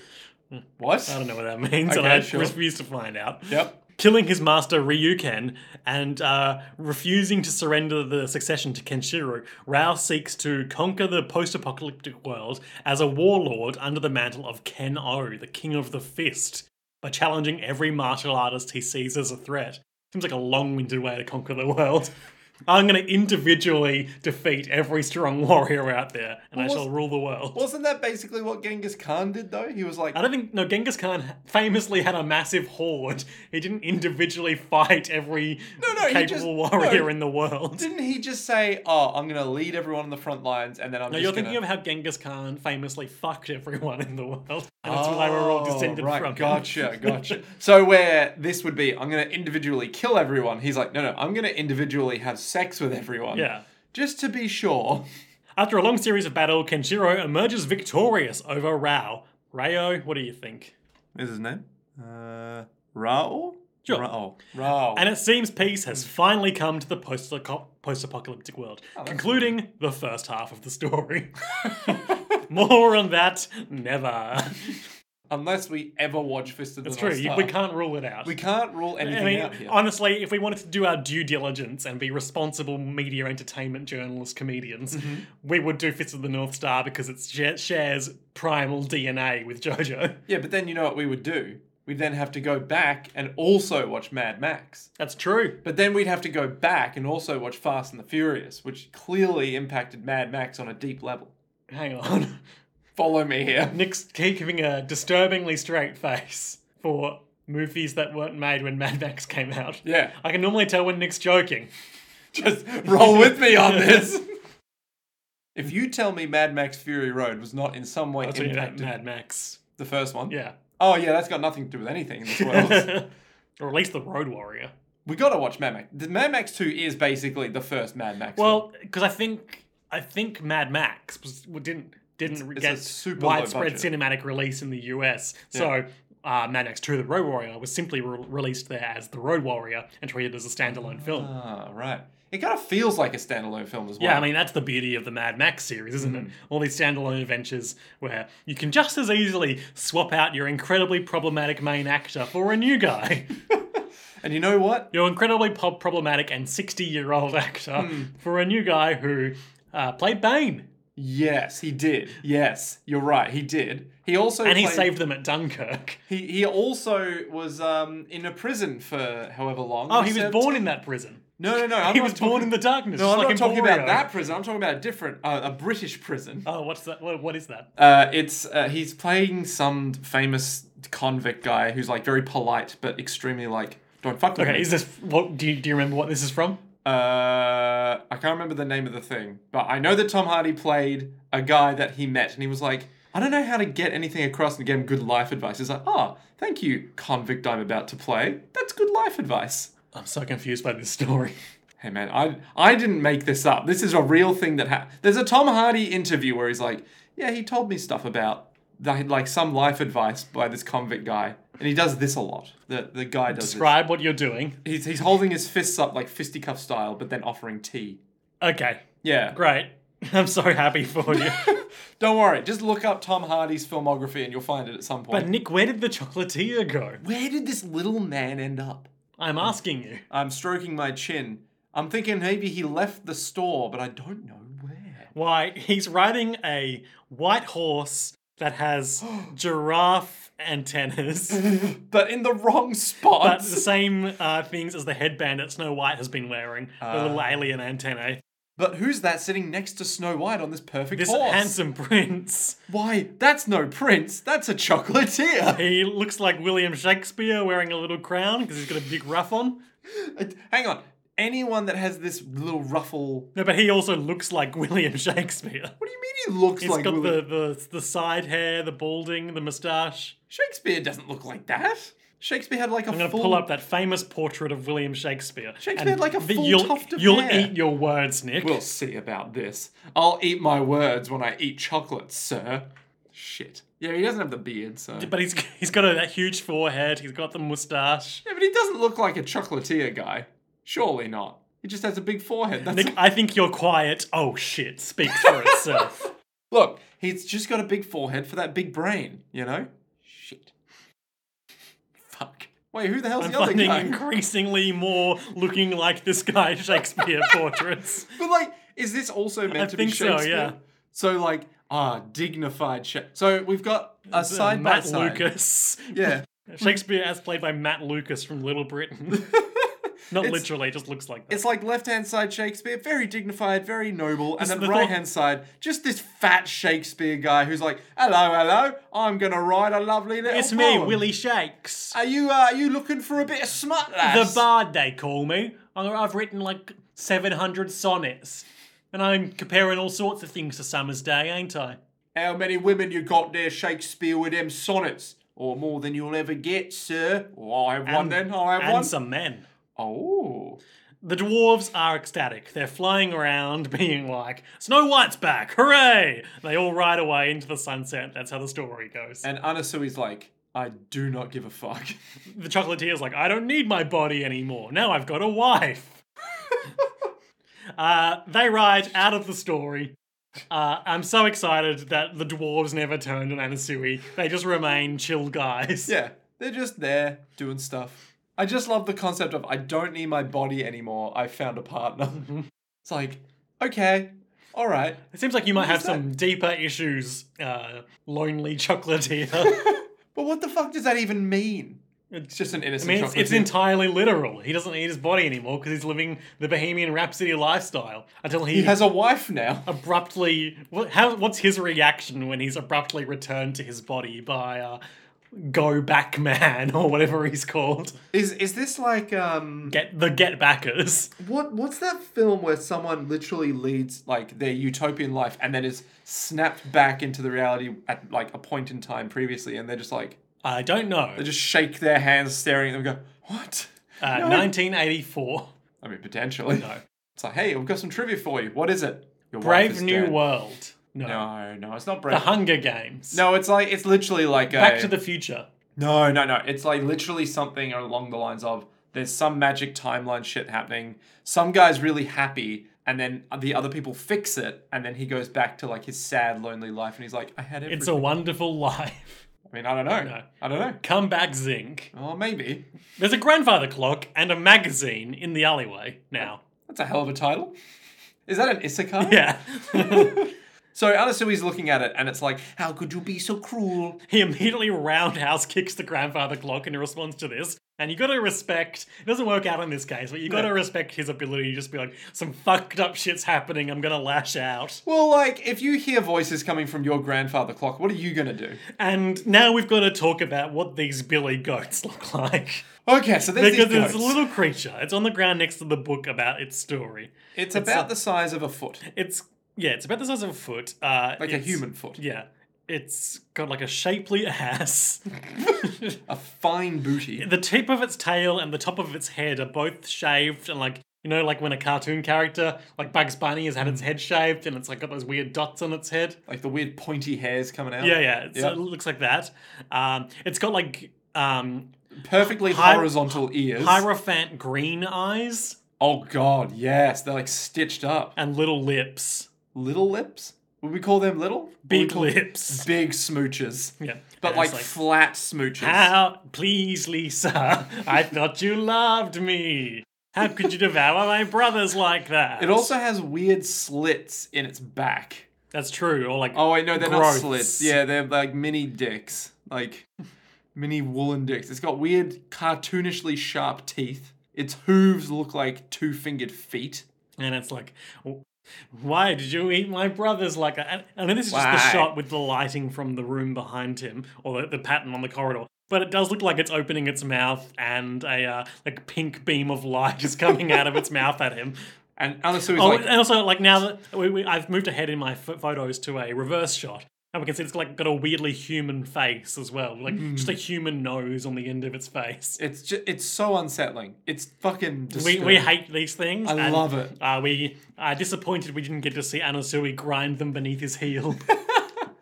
Speaker 2: What?
Speaker 1: I don't know what that means, and
Speaker 2: Okay,
Speaker 1: I
Speaker 2: sure.
Speaker 1: refuse to find out.
Speaker 2: Yep.
Speaker 1: Killing his master Ryuken and uh, refusing to surrender the succession to Kenshiro, Rao seeks to conquer the post apocalyptic world as a warlord under the mantle of Ken O, the King of the Fist, by challenging every martial artist he sees as a threat. Seems like a long winded way to conquer the world. I'm going to individually defeat every strong warrior out there, and I
Speaker 2: Well,
Speaker 1: shall rule the world.
Speaker 2: Wasn't that basically what Genghis Khan did, though? He was like,
Speaker 1: I don't think no Genghis Khan famously had a massive horde. He didn't individually fight every
Speaker 2: no, he
Speaker 1: capable
Speaker 2: just-
Speaker 1: warrior
Speaker 2: no.
Speaker 1: in the world.
Speaker 2: didn't he just say, oh, I'm going to lead everyone on the front lines and then I'm
Speaker 1: No,
Speaker 2: just
Speaker 1: you're
Speaker 2: gonna...
Speaker 1: thinking of how Genghis Khan famously fucked everyone in the world. And that's why we're all
Speaker 2: Oh,
Speaker 1: descended
Speaker 2: right,
Speaker 1: from. him.
Speaker 2: Gotcha, gotcha. so where this would be, I'm gonna individually kill everyone. He's like, no, no, I'm gonna individually have sex with everyone.
Speaker 1: Yeah.
Speaker 2: Just to be sure.
Speaker 1: After a long series of battle, Kenshiro emerges victorious over Rao. Rao, what do you think?
Speaker 2: Is his name? Uh, Rao.
Speaker 1: Sure.
Speaker 2: Rao. Rao.
Speaker 1: And it seems peace has finally come to the post-aco- post-apocalyptic world,
Speaker 2: Oh,
Speaker 1: concluding the first half of the story. More on that never.
Speaker 2: Unless we ever watch Fist of the
Speaker 1: It's
Speaker 2: North
Speaker 1: true. You,
Speaker 2: Star.
Speaker 1: we can't rule it out.
Speaker 2: We can't rule anything
Speaker 1: I mean,
Speaker 2: out here.
Speaker 1: honestly, if we wanted to do our due diligence and be responsible media, entertainment journalist, comedians,
Speaker 2: Mm-hmm.
Speaker 1: we would do Fist of the North Star because it sh- shares primal DNA with JoJo.
Speaker 2: Yeah, but then you know what we would do? We'd then have to go back and also watch Mad Max.
Speaker 1: That's true.
Speaker 2: But then we'd have to go back and also watch Fast and the Furious, which clearly impacted Mad Max on a deep level.
Speaker 1: Hang on.
Speaker 2: Follow me here.
Speaker 1: Nick's keeping a disturbingly straight face for movies that weren't made when Mad Max came out.
Speaker 2: Yeah.
Speaker 1: I can normally tell when Nick's joking.
Speaker 2: Just roll with me on this. if you tell me Mad Max Fury Road was not in some way
Speaker 1: That's when you're at
Speaker 2: impacted
Speaker 1: Mad Max.
Speaker 2: the first one.
Speaker 1: Yeah.
Speaker 2: Oh yeah, that's got nothing to do with anything in this world.
Speaker 1: or at least the Road Warrior.
Speaker 2: we gotta watch Mad Max. The Mad Max 2 is basically the first Mad Max.
Speaker 1: Well, because I think I think Mad Max was, w- didn't didn't
Speaker 2: It's- it's
Speaker 1: get
Speaker 2: a super low
Speaker 1: widespread
Speaker 2: budget.
Speaker 1: cinematic release in the US. So uh, Mad Max 2: The Road Warrior was simply re- released there as The Road Warrior and treated as a standalone film.
Speaker 2: Ah, right. It kind of feels like a standalone film as well. Mm-hmm.
Speaker 1: Yeah, I mean that's the beauty of the Mad Max series, isn't it? All these standalone adventures where you can just as easily swap out your incredibly problematic main actor for a new guy,
Speaker 2: and you know what?
Speaker 1: your incredibly po- problematic and sixty-year-old actor
Speaker 2: Hmm.
Speaker 1: for a new guy who uh, played Bane,
Speaker 2: Yes, he did. Yes, you're right. He did. He also
Speaker 1: and he
Speaker 2: played-
Speaker 1: saved them at Dunkirk.
Speaker 2: He he also was um in a prison for however long.
Speaker 1: Oh, he was
Speaker 2: served-
Speaker 1: born in that prison.
Speaker 2: No, no, no. I'm
Speaker 1: He
Speaker 2: not
Speaker 1: was
Speaker 2: talking-
Speaker 1: born in the darkness.
Speaker 2: No,
Speaker 1: just
Speaker 2: I'm
Speaker 1: like
Speaker 2: not
Speaker 1: in
Speaker 2: talking
Speaker 1: Borio.
Speaker 2: about that prison. I'm talking about a different, uh, a British prison.
Speaker 1: Oh, what's that? What, what is that?
Speaker 2: Uh, it's uh, he's playing some famous convict guy who's like very polite but extremely like don't fuck with
Speaker 1: Okay,
Speaker 2: me.
Speaker 1: is this? What do you do? You remember what this is from?
Speaker 2: Uh, I can't remember the name of the thing, but I know that Tom Hardy played a guy that he met, and he was like, "I don't know how to get anything across and give him good life advice." He's like, "Ah, thank you, convict I'm about to play. That's good life advice."
Speaker 1: I'm so confused by this story.
Speaker 2: Hey man, I I didn't make this up. This is a real thing that happened. There's a Tom Hardy interview where he's like, "Yeah, he told me stuff about that, like some life advice by this convict guy, and he does this a lot. The the guy does this.
Speaker 1: Describe what you're doing.
Speaker 2: He's he's holding his fists up like fisticuff style, but then offering tea.
Speaker 1: Okay,
Speaker 2: Yeah,
Speaker 1: Great. I'm so happy for you.
Speaker 2: Don't worry, just look up Tom Hardy's filmography and you'll find it at some point.
Speaker 1: but Nick, where did the chocolatier go?
Speaker 2: where did this little man end up?
Speaker 1: I'm asking you.
Speaker 2: I'm stroking my chin. I'm thinking maybe he left the store, but I don't know where.
Speaker 1: Why, he's riding a white horse that has giraffe antennas,
Speaker 2: But in the wrong
Speaker 1: but
Speaker 2: spot.
Speaker 1: the same uh, things as the headband that Snow White has been wearing, the little alien antennae.
Speaker 2: But who's that sitting next to Snow White on this perfect
Speaker 1: This
Speaker 2: horse?
Speaker 1: handsome prince.
Speaker 2: Why, that's no prince, that's a chocolatier.
Speaker 1: He looks like William Shakespeare wearing a little crown because he's got a big ruff on.
Speaker 2: Hang on, anyone that has this little ruffle.
Speaker 1: No, but he also looks like William Shakespeare.
Speaker 2: What do you mean he looks
Speaker 1: He's
Speaker 2: like
Speaker 1: got
Speaker 2: William-
Speaker 1: the, the, the side hair, the balding, the moustache.
Speaker 2: Shakespeare doesn't look like that. Shakespeare had like a
Speaker 1: I'm going to
Speaker 2: full
Speaker 1: pull up that famous portrait of William Shakespeare.
Speaker 2: Shakespeare had, like, a
Speaker 1: the-
Speaker 2: full
Speaker 1: you'll,
Speaker 2: tuft of
Speaker 1: You'll
Speaker 2: hair.
Speaker 1: eat your words, Nick.
Speaker 2: We'll see about this. I'll eat my words when I eat chocolate, sir. Shit. Yeah, he doesn't have the beard, so. Yeah,
Speaker 1: But he's he's got a, that huge forehead. He's got the moustache.
Speaker 2: but he doesn't look like a chocolatier guy. Surely not. He just has a big forehead. That's
Speaker 1: Nick, I think you're quiet. Oh shit, speaks for itself.
Speaker 2: Look, he's just got a big forehead for that big brain, you know? Shit. Fuck. Wait, who the hell's
Speaker 1: I'm
Speaker 2: the other
Speaker 1: finding
Speaker 2: guy?
Speaker 1: increasingly more looking like this guy Shakespeare portraits.
Speaker 2: But like, is this also meant to be
Speaker 1: think so,
Speaker 2: Shakespeare?
Speaker 1: yeah.
Speaker 2: So like, ah, dignified Sha- So we've got a side by
Speaker 1: Matt
Speaker 2: side.
Speaker 1: Lucas.
Speaker 2: Yeah.
Speaker 1: Shakespeare as played by Matt Lucas from Little Britain. Not literally, just looks like that.
Speaker 2: It's like left hand side Shakespeare, very dignified, very noble, and then
Speaker 1: the
Speaker 2: right
Speaker 1: thought-
Speaker 2: hand side, just this fat Shakespeare guy who's like, "Hello, hello, I'm gonna write a lovely little."
Speaker 1: It's me,
Speaker 2: poem.
Speaker 1: Willie Shakes.
Speaker 2: Are you uh, are you looking for a bit of smut,
Speaker 1: The
Speaker 2: lass?
Speaker 1: bard, they call me. I- I've written like 700 sonnets. And I'm comparing all sorts of things to Summer's Day, ain't I?
Speaker 2: How many women you got there, Shakespeare, with them sonnets? Or more than you'll ever get, sir. Oh, I have one then. I'll have
Speaker 1: And
Speaker 2: one.
Speaker 1: some men.
Speaker 2: Oh.
Speaker 1: The dwarves are ecstatic. They're flying around, being like, Snow White's back! Hooray! They all ride away into the sunset. That's how the story goes.
Speaker 2: And Anasui's like, I do not give a fuck.
Speaker 1: the chocolatier's like, I don't need my body anymore. Now I've got a wife. uh, they ride out of the story. Uh, I'm so excited that the dwarves never turned on Anasui. They just remain chill guys.
Speaker 2: Yeah, they're just there doing stuff. I just love the concept of I don't need my body anymore. I found a partner.
Speaker 1: Mm-hmm.
Speaker 2: it's like, okay, all right.
Speaker 1: It seems like you might have
Speaker 2: is that?
Speaker 1: some deeper issues, uh, lonely chocolatier.
Speaker 2: But what the fuck does that even mean? It's
Speaker 1: It's-
Speaker 2: just an
Speaker 1: I
Speaker 2: innocent.
Speaker 1: mean, it's, it's
Speaker 2: chocolatier.
Speaker 1: entirely literal. He doesn't need his body anymore because he's living the Bohemian Rhapsody lifestyle until
Speaker 2: He has a wife now.
Speaker 1: abruptly what, how, what's his reaction when he's abruptly returned to his body by uh, go back man or whatever he's called
Speaker 2: Is is this like um
Speaker 1: get the get backers
Speaker 2: what what's that film where someone literally leads like their utopian life and then is snapped back into the reality at like a point in time previously and they're just like
Speaker 1: i don't know
Speaker 2: they just shake their hands staring at them and go, What?
Speaker 1: uh,
Speaker 2: No.
Speaker 1: 1984
Speaker 2: I mean potentially.
Speaker 1: no
Speaker 2: It's like, hey, we've got some trivia for you. What is it? Your wife
Speaker 1: brave
Speaker 2: is
Speaker 1: new
Speaker 2: dead.
Speaker 1: world No.
Speaker 2: No, no, it's not
Speaker 1: The
Speaker 2: Brave.
Speaker 1: Hunger Games.
Speaker 2: no, it's like it's literally like a,
Speaker 1: Back to the Future.
Speaker 2: No, no, no. It's like literally something along the lines of there's some magic timeline shit happening. Some guy's really happy, and then the other people fix it, and then he goes back to like his sad, lonely life, and he's like, I had everything.
Speaker 1: It's a Wonderful Life.
Speaker 2: I mean, I don't know.
Speaker 1: No.
Speaker 2: I don't know.
Speaker 1: Come back, Zinc.
Speaker 2: Well, maybe.
Speaker 1: There's a grandfather clock and a magazine in the alleyway now.
Speaker 2: That's a hell of a title. Is that an isekai?
Speaker 1: Yeah.
Speaker 2: So Anasui's looking at it, and it's like, how could you be so cruel?
Speaker 1: he immediately roundhouse kicks the grandfather clock in response to this. And you gotta respect, it doesn't work out in this case, but you gotta respect his ability to just be like, some fucked up shit's happening, I'm gonna lash out.
Speaker 2: Well, like, if you hear voices coming from your grandfather clock, what are you gonna do?
Speaker 1: And now we've gotta talk about what these billy goats look like.
Speaker 2: Okay, so there's
Speaker 1: Because
Speaker 2: these
Speaker 1: it's a
Speaker 2: goats.
Speaker 1: little creature, it's on the ground next to the book about its story.
Speaker 2: It's about the size of a foot,
Speaker 1: It's, yeah, it's about the size of a foot. Uh,
Speaker 2: like a
Speaker 1: it's-
Speaker 2: human foot.
Speaker 1: Yeah. It's got like a shapely ass.
Speaker 2: a fine booty.
Speaker 1: the tip of its tail and the top of its head are both shaved and like you know like when a cartoon character like Bugs Bunny has had its head shaved and it's like got those weird dots on its head.
Speaker 2: Like the weird pointy hairs coming out.
Speaker 1: Yeah, yeah. So
Speaker 2: Yeah.
Speaker 1: it looks like that. Um, it's got like um,
Speaker 2: Perfectly
Speaker 1: Hi-
Speaker 2: horizontal ears.
Speaker 1: hierophant green eyes
Speaker 2: oh god, yes. They're like stitched up.
Speaker 1: and little lips,
Speaker 2: Little lips? Would we call them little? Would we
Speaker 1: big
Speaker 2: call-
Speaker 1: lips.
Speaker 2: Big smooches.
Speaker 1: Yeah,
Speaker 2: But
Speaker 1: And
Speaker 2: like,
Speaker 1: it's
Speaker 2: flat smooches.
Speaker 1: How, please, Lisa, I thought you loved me. How could you devour my brothers like that?
Speaker 2: It also has weird slits in its back.
Speaker 1: That's true. Or like,
Speaker 2: Oh wait, no, they're
Speaker 1: Growths.
Speaker 2: not slits. Yeah, they're like mini dicks. Like mini woolen dicks. It's got weird cartoonishly sharp teeth. Its hooves look like two-fingered feet.
Speaker 1: and it's like, "W- why did you eat my brothers like that? And, and this is just the
Speaker 2: Why?
Speaker 1: shot with the lighting from the room behind him, or the, the pattern on the corridor. But it does look like it's opening its mouth, and a uh, like pink beam of light is coming out of its mouth at him.
Speaker 2: And Anasui's
Speaker 1: Oh,
Speaker 2: like
Speaker 1: and also like now that we, we, I've moved ahead in my ph photos to a reverse shot, and we can see it's like got a weirdly human face as well, like just a
Speaker 2: Hmm.
Speaker 1: human nose on the end of its face.
Speaker 2: It's just, it's so unsettling. It's fucking
Speaker 1: We,
Speaker 2: disturbing.
Speaker 1: we hate these things.
Speaker 2: I
Speaker 1: and-
Speaker 2: love it.
Speaker 1: Uh, we are disappointed we didn't get to see Anasui grind them beneath his heel.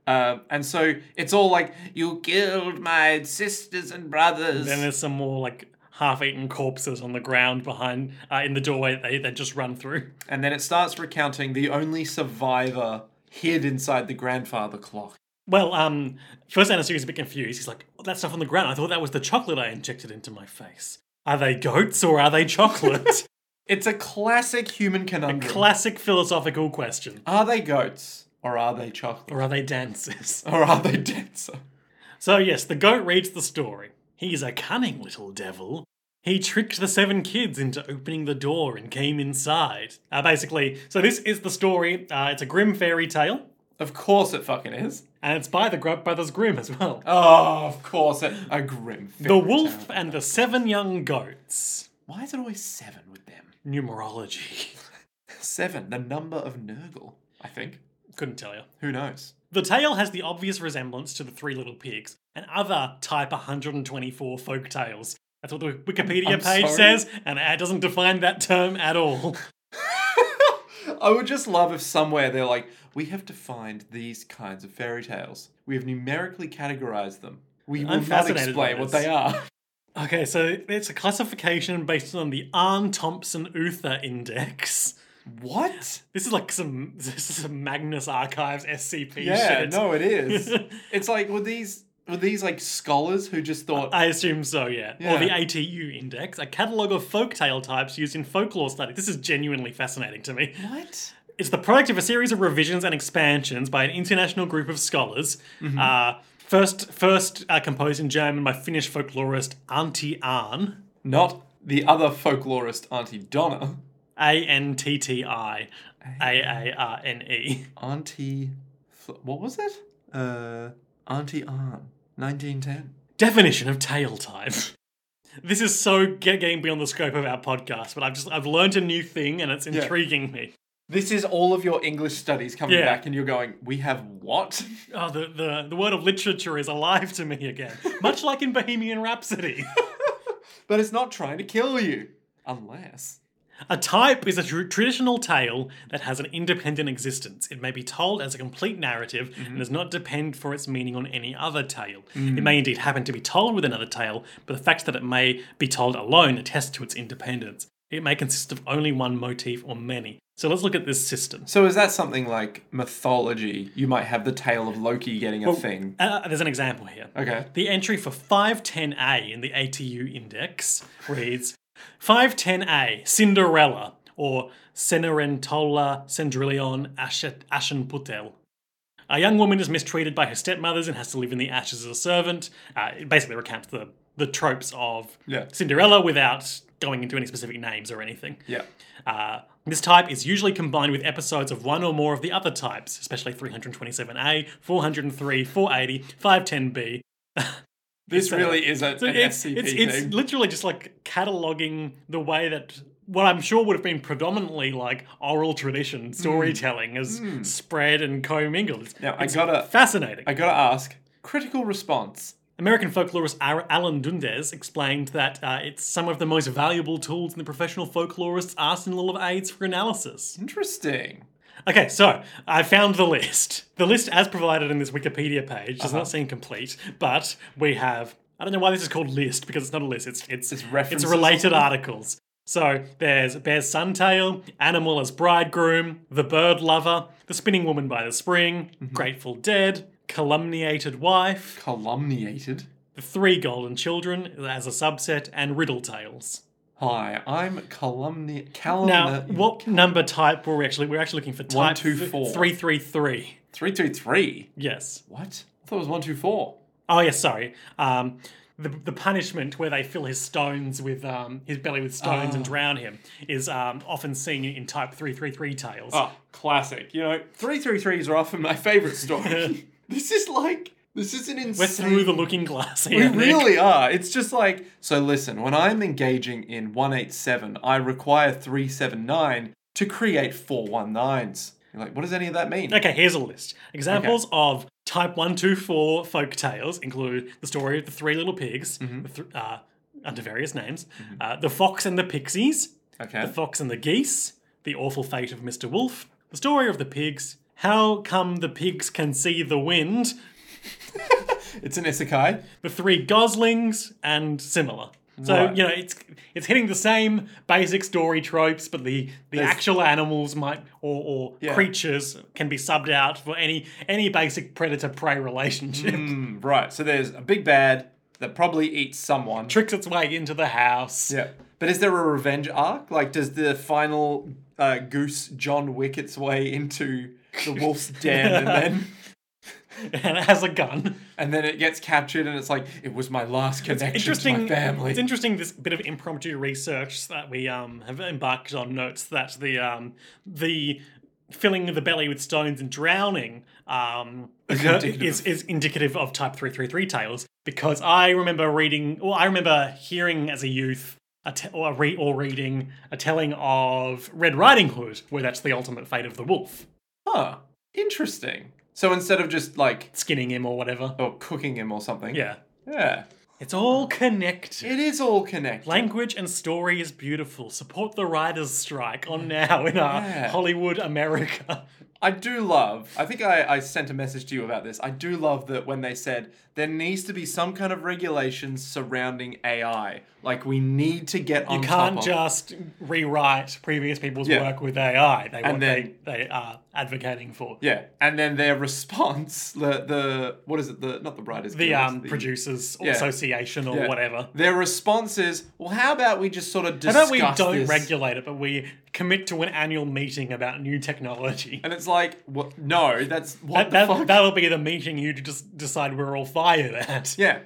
Speaker 2: Um, and so it's all like you killed my sisters and brothers.
Speaker 1: then there's some more like half-eaten corpses on the ground behind uh, in the doorway that they they just run through.
Speaker 2: and then it starts recounting the only survivor hid inside the grandfather clock.
Speaker 1: Well, um, first Anasui is a bit confused. He's like, "That stuff on the ground. I thought that was the chocolate I injected into my face. Are they goats or are they chocolate?"
Speaker 2: It's a classic human conundrum.
Speaker 1: Classic philosophical question.
Speaker 2: are they goats or are they chocolate
Speaker 1: Or are they dancers?
Speaker 2: or are they dancer?
Speaker 1: So, yes, the goat reads the story. He's a cunning little devil. He tricked the seven kids into opening the door and came inside. Uh, basically, so this is the story. Uh, it's a grim fairy tale,
Speaker 2: Of course it fucking is.
Speaker 1: and it's by the Grubb Brothers Grimm as well.
Speaker 2: Oh, of course it. A grim.
Speaker 1: the
Speaker 2: fairy
Speaker 1: Wolf
Speaker 2: tale.
Speaker 1: and the Seven Young Goats.
Speaker 2: Why is it always seven with them?
Speaker 1: Numerology.
Speaker 2: Seven, the number of Nurgle. I think.
Speaker 1: Couldn't tell you.
Speaker 2: Who knows?
Speaker 1: The tale has the obvious resemblance to the Three Little Pigs and other Type 124 folk tales. That's what the Wikipedia
Speaker 2: I'm
Speaker 1: page
Speaker 2: sorry?
Speaker 1: says, and it doesn't define that term at all.
Speaker 2: I would just love if somewhere they're like, we have defined these kinds of fairy tales. We have numerically categorized them. We will
Speaker 1: I'm
Speaker 2: not
Speaker 1: fascinated
Speaker 2: explain
Speaker 1: by
Speaker 2: what
Speaker 1: this.
Speaker 2: they are.
Speaker 1: Okay, so it's a classification based on the Arn Thompson Uther Index.
Speaker 2: What?
Speaker 1: This is like some this is some Magnus Archives SCP
Speaker 2: Yeah,
Speaker 1: shit.
Speaker 2: no, it is. it's like were these were these like scholars who just thought
Speaker 1: I assume so, yeah. Or the
Speaker 2: Yeah.
Speaker 1: ATU index, a catalogue of folktale types used in folklore studies. This is genuinely fascinating to me.
Speaker 2: what?
Speaker 1: It's the product of a series of revisions and expansions by an international group of scholars.
Speaker 2: Mm-hmm.
Speaker 1: Uh, first, first uh, composed in German by Finnish folklorist Antti Arn.
Speaker 2: Not the other folklorist Auntie Donna,
Speaker 1: A N T T I A A R N E.
Speaker 2: Auntie. Fl- What was it? Uh, Auntie Arn, 1910.
Speaker 1: Definition of tail type. This is so get- getting beyond the scope of our podcast, but I've just I've learned a new thing and it's intriguing me.
Speaker 2: This is all of your English studies coming
Speaker 1: Yeah.
Speaker 2: back, and you're going, we have what?
Speaker 1: Oh, the, the the word of literature is alive to me again, much like in Bohemian Rhapsody.
Speaker 2: but it's not trying to kill you. Unless
Speaker 1: A type is a tr- traditional tale that has an independent existence. It may be told as a complete narrative and does not depend for its meaning on any other tale. It may indeed happen to be told with another tale, but the fact that it may be told alone attests to its independence. It may consist of only one motif or many. So let's look at this system.
Speaker 2: So is that something like mythology? You might have the tale of Loki getting a thing.
Speaker 1: Uh, there's an example here.
Speaker 2: Okay.
Speaker 1: The entry for 510A in the ATU index reads 510A Cinderella or Cenerentola Cendrillon Ashet- Ashenputtel. A young woman is mistreated by her stepmothers and has to live in the ashes as a servant. Uh, it basically recounts the, the tropes of
Speaker 2: Yeah.
Speaker 1: Cinderella without going into any specific names or anything.
Speaker 2: Yeah.
Speaker 1: Uh, this type is usually combined with episodes of one or more of the other types, especially 327A, 403, 480, 510B.
Speaker 2: This really is a,
Speaker 1: So
Speaker 2: an
Speaker 1: it's,
Speaker 2: SCP
Speaker 1: it's,
Speaker 2: thing.
Speaker 1: it's literally just like cataloging the way that what I'm sure would have been predominantly like oral
Speaker 2: Hmm.
Speaker 1: tradition storytelling has spread and commingled. It's-
Speaker 2: now I
Speaker 1: it's
Speaker 2: gotta
Speaker 1: fascinating.
Speaker 2: I gotta ask. Critical response.
Speaker 1: American folklorist Ar- Alan Dundes explained that uh, it's some of the most valuable tools in the professional folklorist's arsenal of aids for analysis.
Speaker 2: Interesting.
Speaker 1: Okay, so I found the list. The list, as provided in this Wikipedia page, does
Speaker 2: Uh-huh.
Speaker 1: not seem complete, but we have. I don't know why this is called list because it's not a list. It's it's
Speaker 2: It's references
Speaker 1: related articles. So there's Bear's Suntail, Animal as Bridegroom, The Bird Lover, The Spinning Woman by the Spring,
Speaker 2: Mm-hmm.
Speaker 1: Grateful Dead, Calumniated Wife,
Speaker 2: Calumniated.
Speaker 1: The Three Golden Children as a subset, and Riddle Tales.
Speaker 2: Hi, I'm calumni calumni
Speaker 1: Now, what number type were we actually? We're actually looking for type
Speaker 2: One, two, four.
Speaker 1: three, three, three.
Speaker 2: three two three.
Speaker 1: Yes.
Speaker 2: What? I thought it was one two four.
Speaker 1: Oh yes, sorry. Um, the the punishment where they fill his stones with um, his belly with stones
Speaker 2: Oh.
Speaker 1: and drown him is um, often seen in type three three three tales.
Speaker 2: Oh, classic. You know, three three threes are often my favourite story. this is like this is an insane.
Speaker 1: We're through the looking glass here.
Speaker 2: We
Speaker 1: Nick.
Speaker 2: really are. It's just like so. Listen, when I'm engaging in one eight seven, I require three seven nine to create four one nines. You're like, what does any of that mean?
Speaker 1: Okay, here's a list. Examples of type one two four folk tales include the story of the three little pigs,
Speaker 2: Mm-hmm.
Speaker 1: the th- uh, under various names, uh, the fox and the pixies,
Speaker 2: Okay.
Speaker 1: The Fox and the Geese, The Awful Fate of Mr. Wolf, The Story of the Pigs, How Come the Pigs Can See the Wind,
Speaker 2: It's an isekai.
Speaker 1: The Three Goslings, and similar. So
Speaker 2: Right.
Speaker 1: you know it's it's hitting the same basic story tropes, but the, the actual animals might or, or
Speaker 2: Yeah.
Speaker 1: creatures can be subbed out for any any basic predator prey relationship.
Speaker 2: Hmm, right. So there's a big bad that probably eats someone.
Speaker 1: Tricks its way into the house.
Speaker 2: Yeah. But is there a revenge arc? Like, does the final uh, goose John Wick its way into the wolf's den and then
Speaker 1: and it has a gun.
Speaker 2: and then it gets captured and it's like it was my last connection to my
Speaker 1: interesting
Speaker 2: family.
Speaker 1: It's interesting this bit of impromptu research that we um, have embarked on notes that the um, the filling of the belly with stones and drowning um, occur-
Speaker 2: indicative
Speaker 1: is, is indicative of type 333 tales because I remember reading or I remember hearing as a youth a te- or, a re- or reading a telling of Red Riding Hood where that's the ultimate fate of the wolf
Speaker 2: Huh. Interesting. So instead of just like
Speaker 1: skinning him or whatever
Speaker 2: or cooking him or something.
Speaker 1: yeah
Speaker 2: Yeah.
Speaker 1: it's all connected
Speaker 2: It is all connected.
Speaker 1: Language and story is beautiful. Support the writers' strike on now in our
Speaker 2: Yeah.
Speaker 1: Hollywood America.
Speaker 2: I do love, I think I, I sent a message to you about this. I do love that when they said there needs to be some kind of regulations surrounding AI. Like we need to get on
Speaker 1: You
Speaker 2: top
Speaker 1: can't
Speaker 2: of
Speaker 1: just rewrite previous people's
Speaker 2: Yeah.
Speaker 1: work with AI. They what
Speaker 2: then-
Speaker 1: they, they are advocating for.
Speaker 2: Yeah, and then their response, the the what is it? The not the writers,
Speaker 1: The
Speaker 2: Guild,
Speaker 1: um, producers
Speaker 2: Yeah.
Speaker 1: association or
Speaker 2: yeah.
Speaker 1: whatever.
Speaker 2: Their response is, well, how about we just sort of
Speaker 1: How
Speaker 2: discuss
Speaker 1: about we don't
Speaker 2: this?"
Speaker 1: regulate it, but we commit to an annual meeting about new technology?
Speaker 2: And it's like, what? No, that's what
Speaker 1: That,
Speaker 2: the fuck.
Speaker 1: that, that'll be the meeting you just decide we're all fired at.
Speaker 2: yeah,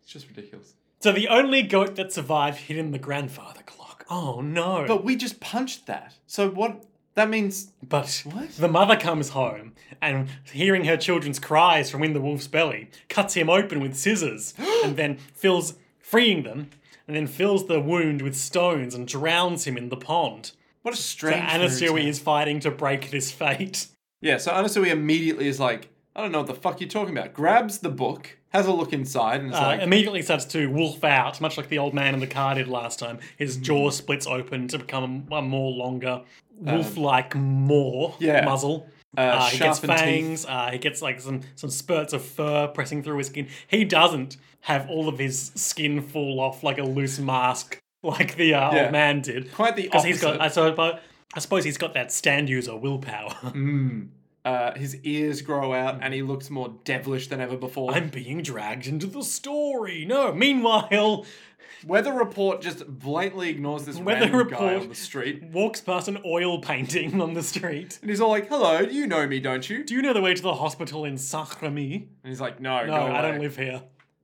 Speaker 2: it's just ridiculous.
Speaker 1: So the only goat that survived hid in the grandfather clock. Oh no.
Speaker 2: But we just punched that. So what? That means
Speaker 1: But
Speaker 2: What?
Speaker 1: the mother comes home and hearing her children's cries from in the wolf's belly, cuts him open with scissors and then fills freeing them and then fills the wound with stones and drowns him in the pond.
Speaker 2: what a
Speaker 1: So
Speaker 2: strange. fairy
Speaker 1: Anasui
Speaker 2: tale.
Speaker 1: is fighting to break this fate.
Speaker 2: Yeah, so Anasui immediately is like, I don't know what the fuck you're talking about. Grabs the book, has a look inside, and it's
Speaker 1: Uh,
Speaker 2: like,
Speaker 1: immediately starts to wolf out, much like the old man in the car did last time.
Speaker 2: Mm.
Speaker 1: His jaw splits open to become a more longer wolf-like maw
Speaker 2: Um, yeah.
Speaker 1: muzzle.
Speaker 2: uh,
Speaker 1: Uh, he gets
Speaker 2: sharpened teeth.
Speaker 1: fangs. Uh, he gets like some some spurts of fur pressing through his skin. He doesn't have all of his skin fall off like a loose mask, like the uh,
Speaker 2: Yeah.
Speaker 1: old man did.
Speaker 2: Quite the
Speaker 1: Because
Speaker 2: opposite.
Speaker 1: he's got, uh, I suppose, I suppose he's got that stand user willpower.
Speaker 2: Mm. Uh, his ears grow out, and he looks more devilish than ever before.
Speaker 1: I'm being dragged into the story. No. Meanwhile,
Speaker 2: Weather Report just blatantly ignores this
Speaker 1: Weather
Speaker 2: random guy
Speaker 1: Report-
Speaker 2: on the street.
Speaker 1: walks past an oil painting on the street.
Speaker 2: And he's all like, hello, you know me, don't you?
Speaker 1: Do you know the way to the hospital in Sakrami?
Speaker 2: And he's like, no,
Speaker 1: No,
Speaker 2: go
Speaker 1: I don't
Speaker 2: away."
Speaker 1: live here.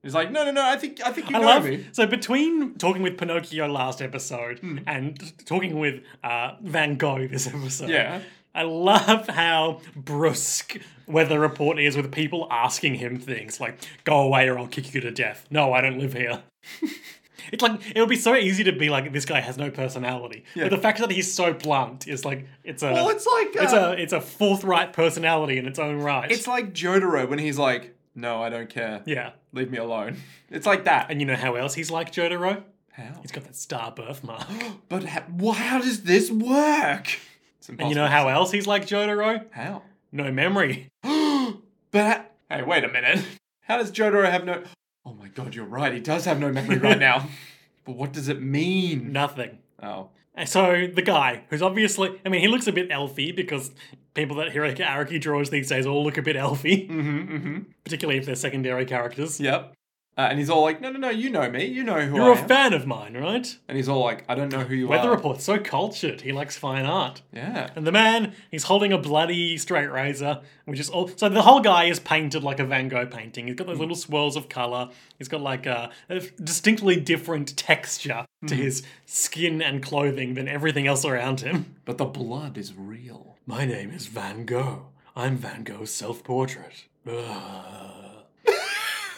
Speaker 2: He's like, no, no, no, I think, I think you
Speaker 1: I
Speaker 2: know
Speaker 1: love
Speaker 2: me.
Speaker 1: so between talking with Pinocchio last episode
Speaker 2: Hmm.
Speaker 1: and talking with uh, Van Gogh this episode.
Speaker 2: Yeah.
Speaker 1: I love how brusque Weather Report is with people asking him things like "Go away or I'll kick you to death." No, I don't live here. it's like it would be so easy to be like this guy has no personality,
Speaker 2: Yeah.
Speaker 1: but the fact that he's so blunt is like it's a
Speaker 2: Well, it's like, uh,
Speaker 1: it's a it's a forthright personality in its own right.
Speaker 2: it's like Jotaro when he's like, no, I don't care.
Speaker 1: yeah,
Speaker 2: Leave me alone. It's like that.
Speaker 1: and you know how else he's like Jotaro?
Speaker 2: How?
Speaker 1: He's got that star birthmark.
Speaker 2: But how, wha- how does this work? It's impossible.
Speaker 1: And you know how else he's like Jotaro?
Speaker 2: how?
Speaker 1: No memory.
Speaker 2: but ha- hey, wait a minute. How does Jotaro have no? Oh my god, you're right. He does have no memory right now. But what does it mean?
Speaker 1: Nothing.
Speaker 2: Oh,
Speaker 1: And so the guy, who's obviously, I mean, he looks a bit elfy because people that Hiroki Araki draws these days all look a bit elfy,
Speaker 2: mm-hmm, mm-hmm.
Speaker 1: particularly if they're secondary characters.
Speaker 2: Yep. Uh, and he's all like, no, no, no, you know me. You know who
Speaker 1: You're
Speaker 2: I
Speaker 1: a
Speaker 2: am.
Speaker 1: fan of mine, right?
Speaker 2: and he's all like, I don't know who you
Speaker 1: Weather
Speaker 2: are.
Speaker 1: Report's so cultured. He likes fine art.
Speaker 2: Yeah.
Speaker 1: And the man, he's holding a bloody straight razor, which is all. So the whole guy is painted like a Van Gogh painting. He's got those little swirls of color. He's got like a, a distinctly different texture to his skin and clothing than everything else around him.
Speaker 2: But the blood is real.
Speaker 1: My name is Van Gogh. I'm Van Gogh's self portrait.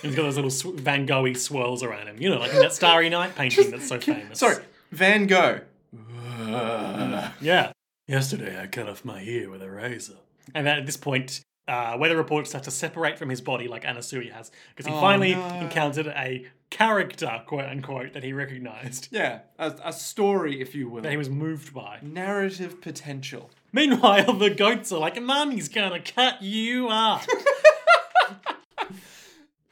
Speaker 1: he's got those little sw- Van Gogh swirls around him. You know, like in that Starry Night painting that's so famous.
Speaker 2: Sorry, Van Gogh.
Speaker 1: Yeah. Yesterday I cut off my ear with a razor. And then at this point, uh, Weather Report starts to separate from his body like Anasui has, because he
Speaker 2: Oh,
Speaker 1: finally
Speaker 2: no.
Speaker 1: encountered a character, quote unquote, that he recognized,
Speaker 2: yeah, a, a story, if you will.
Speaker 1: that he was moved by.
Speaker 2: Narrative potential.
Speaker 1: Meanwhile, the goats are like, Mummy's gonna cut you up.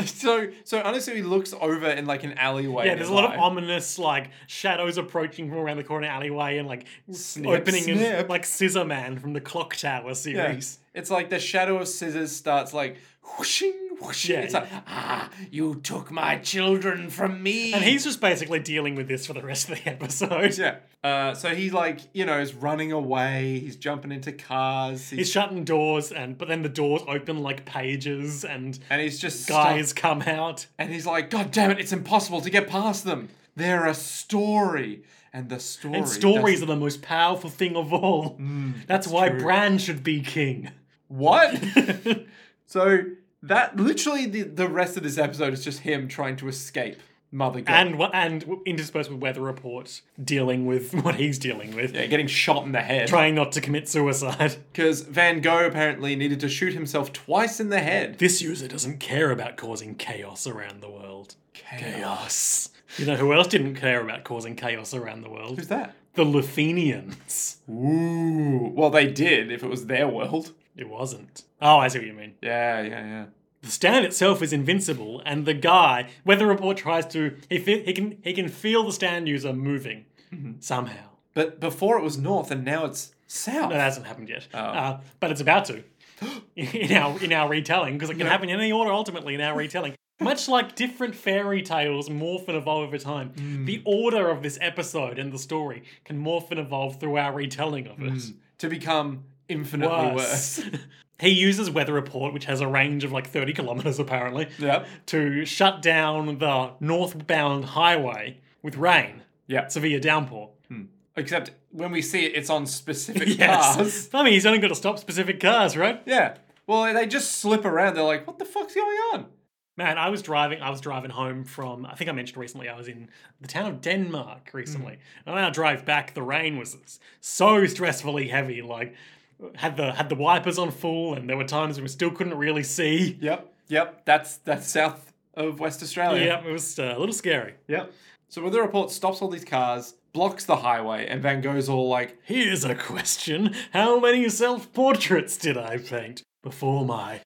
Speaker 2: So, so honestly, he looks over in like an alleyway.
Speaker 1: yeah,
Speaker 2: and
Speaker 1: there's a
Speaker 2: is
Speaker 1: lot of
Speaker 2: like,
Speaker 1: ominous, like, shadows approaching from around the corner alleyway and, like,
Speaker 2: Snip,
Speaker 1: opening of-
Speaker 2: snip.
Speaker 1: like Scissor Man from the Clock Tower
Speaker 2: Yeah.
Speaker 1: series.
Speaker 2: It's like the shadow of scissors starts like whooshing, whooshing.
Speaker 1: Yeah.
Speaker 2: It's like, ah, you took my children from me.
Speaker 1: And he's just basically dealing with this for the rest of the episode.
Speaker 2: yeah. Uh, so he's like, you know, is running away. He's jumping into cars. He's,
Speaker 1: He's shutting doors, and but then the doors open like pages, and
Speaker 2: and he's just stuck-
Speaker 1: guys come out.
Speaker 2: and he's like, God damn it! It's impossible to get past them. They're a story, and the story.
Speaker 1: And stories
Speaker 2: doesn't-
Speaker 1: are the most powerful thing of all. that's, why
Speaker 2: Mm, true.
Speaker 1: Bran should be king.
Speaker 2: What? so that literally the, the rest of this episode is just him trying to escape Mother God.
Speaker 1: and wha- and interspersed with weather reports, dealing with what he's dealing with,
Speaker 2: yeah, getting shot in the head.
Speaker 1: trying not to commit suicide.
Speaker 2: Because Van Gogh apparently needed to shoot himself twice in the head.
Speaker 1: This user doesn't care about causing chaos around the world.
Speaker 2: Chaos.
Speaker 1: Chaos. You know who else didn't care about causing chaos around the world?
Speaker 2: Who's that?
Speaker 1: The Luthenians.
Speaker 2: Ooh. Well, they did if it was their world.
Speaker 1: It wasn't. Oh, I see what you mean.
Speaker 2: Yeah, yeah, yeah.
Speaker 1: The stand itself is invincible, and the guy, Weather Report tries to, he, fe- he can he can feel the stand user moving
Speaker 2: Mm-hmm.
Speaker 1: somehow.
Speaker 2: But before it was north and now it's south.
Speaker 1: No, that hasn't happened yet,
Speaker 2: Oh.
Speaker 1: uh, but it's about to in our in our retelling because it can happen in any order. Ultimately, in our retelling, much like different fairy tales morph and evolve over time,
Speaker 2: Mm.
Speaker 1: the order of this episode and the story can morph and evolve through our retelling of it.
Speaker 2: to become Mm. infinitely worse.
Speaker 1: he uses Weather Report, which has a range of like thirty kilometers apparently.
Speaker 2: Yep.
Speaker 1: to shut down the northbound highway with rain,
Speaker 2: Yeah.
Speaker 1: severe downpour.
Speaker 2: Except when we see it, it's on specific cars.
Speaker 1: Yes. I mean, Ah, he's only got to stop specific cars, right?
Speaker 2: Yeah. Well, they just slip around. They're like, what the fuck's going on?
Speaker 1: Man, I was driving. I was driving home from. I think I mentioned recently. I was in the town of Mm. Denmark recently, and on our drive back, the rain was so stressfully heavy. Like had the had the wipers on full, and there were times when we still couldn't really see.
Speaker 2: Yep. Yep. That's that's south of West Australia.
Speaker 1: Yeah, it was uh, a little scary.
Speaker 2: Yep. So weather report stops all these cars, blocks the highway, and Van Gogh's all like,
Speaker 1: Here's a question: How many self-portraits did I paint before my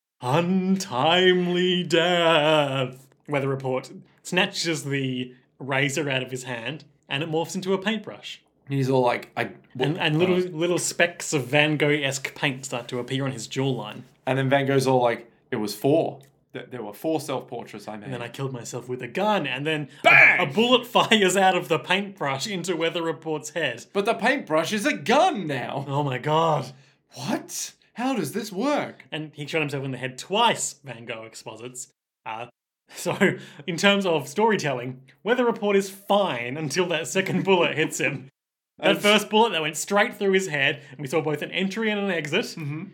Speaker 1: untimely death? Weather report snatches the razor out of his hand, and it morphs into a paintbrush.
Speaker 2: he's all like, I.
Speaker 1: And, and little little specks of Van Gogh esque paint start to appear on his jawline.
Speaker 2: And then Van Gogh's all like, it was four. Th- There were four self portraits I made.
Speaker 1: And then I killed myself with a gun, and then a- A, bullet fires out of the paintbrush into Weather Report's head.
Speaker 2: but the paintbrush is a gun now.
Speaker 1: Oh my god.
Speaker 2: What? How does this work?
Speaker 1: And he shot himself in the head twice, Van Gogh exposits. Uh, so, in terms of storytelling, Weather Report is fine until that second bullet hits him. That
Speaker 2: That's-
Speaker 1: first bullet that went straight through his head, and we saw both an entry and an exit,
Speaker 2: Mm-hmm.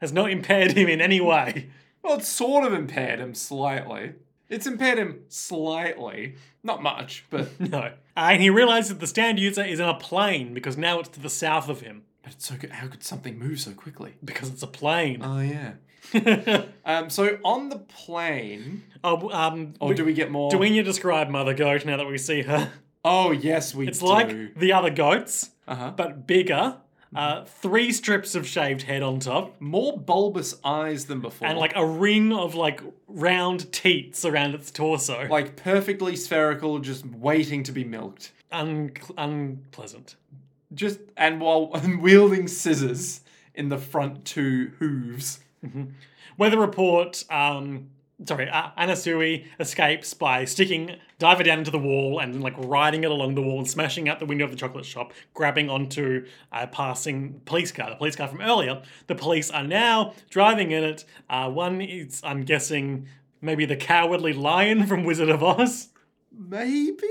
Speaker 1: has not impaired him in any way.
Speaker 2: Well, it's sort of impaired him slightly. It's impaired him slightly. Not much, but
Speaker 1: No. Uh, and he realizes that the stand user is in a plane because now it's to the south of him
Speaker 2: but it's so good. How could something move so quickly?
Speaker 1: because it's a plane.
Speaker 2: Oh yeah. Um. So on the plane,
Speaker 1: oh, um,
Speaker 2: or do we get more?
Speaker 1: Do we need to describe Mother Goat now that we see her?
Speaker 2: Oh yes, we
Speaker 1: It's
Speaker 2: do.
Speaker 1: like the other goats,
Speaker 2: Uh-huh.
Speaker 1: but bigger. Uh, three strips of shaved head on top,
Speaker 2: more bulbous eyes than before,
Speaker 1: and like a ring of like round teats around its torso.
Speaker 2: like perfectly spherical, just waiting to be milked.
Speaker 1: Un- unpleasant.
Speaker 2: Just and while wielding scissors in the front two hooves.
Speaker 1: Weather report. Um, sorry, uh, Anasui escapes by sticking Diver down into the wall and then like riding it along the wall and smashing out the window of the chocolate shop, grabbing onto a passing police car. The police car from earlier. The police are now driving in it. Uh, one is, I'm guessing, maybe the cowardly lion from Wizard of Oz
Speaker 2: Maybe,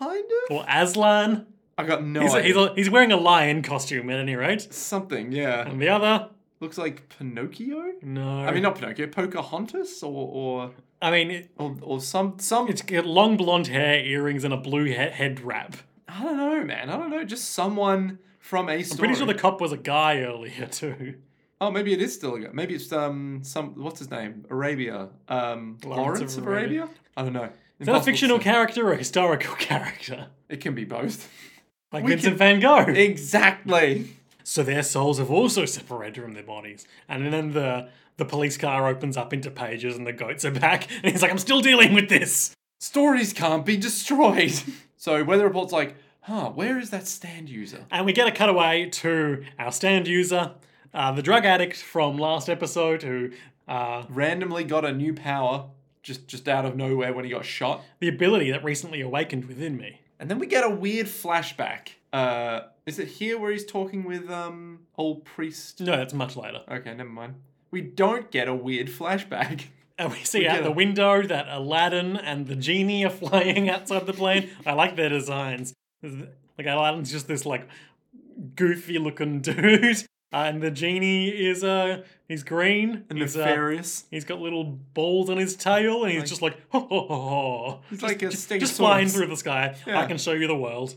Speaker 2: kind of.
Speaker 1: or Aslan.
Speaker 2: I got no
Speaker 1: He's,
Speaker 2: idea.
Speaker 1: he's, he's wearing a lion costume at any rate.
Speaker 2: Something, yeah.
Speaker 1: And the other,
Speaker 2: Looks like Pinocchio.
Speaker 1: no.
Speaker 2: I mean, not Pinocchio, Pocahontas, or or
Speaker 1: I mean, it,
Speaker 2: or, or some some.
Speaker 1: it's got long blonde hair, earrings, and a blue he- head wrap.
Speaker 2: I don't know, man. I don't know. Just someone from a story.
Speaker 1: Pretty sure the cop was a guy earlier too.
Speaker 2: Oh, maybe it is still a guy. Maybe it's um some what's his name? Arabia. Um, Lawrence, of, Arabia? I don't know.
Speaker 1: Is that a fictional character or a historical character?
Speaker 2: It can be both.
Speaker 1: Like
Speaker 2: We
Speaker 1: Vincent van Gogh.
Speaker 2: exactly.
Speaker 1: so their souls have also separated from their bodies. And then the the police car opens up into pages and the goats are back. And he's like, I'm still dealing with this.
Speaker 2: Stories can't be destroyed. so Weather Report's like, huh? Where is that stand user?
Speaker 1: And we get a cutaway to our stand user, uh, the drug addict from last episode who uh,
Speaker 2: Randomly got a new power just just out of nowhere when he got shot.
Speaker 1: the ability that recently awakened within me.
Speaker 2: And then we get a weird flashback. Uh, is it here where he's talking with um old priest?
Speaker 1: No, that's much later.
Speaker 2: Okay, never mind. We don't get a weird flashback.
Speaker 1: And we see
Speaker 2: We
Speaker 1: out
Speaker 2: get
Speaker 1: the
Speaker 2: a-
Speaker 1: window that Aladdin and the genie are flying outside the plane. I like their designs. Like Aladdin's just this like goofy looking dude, uh, and the genie is uh he's green.
Speaker 2: And
Speaker 1: he's, uh,
Speaker 2: nefarious.
Speaker 1: he's got little balls on his tail, and he's just like ho ho ho ho.
Speaker 2: He's like a sting
Speaker 1: Just flying through the sky. I
Speaker 2: Yeah.
Speaker 1: can show you the world.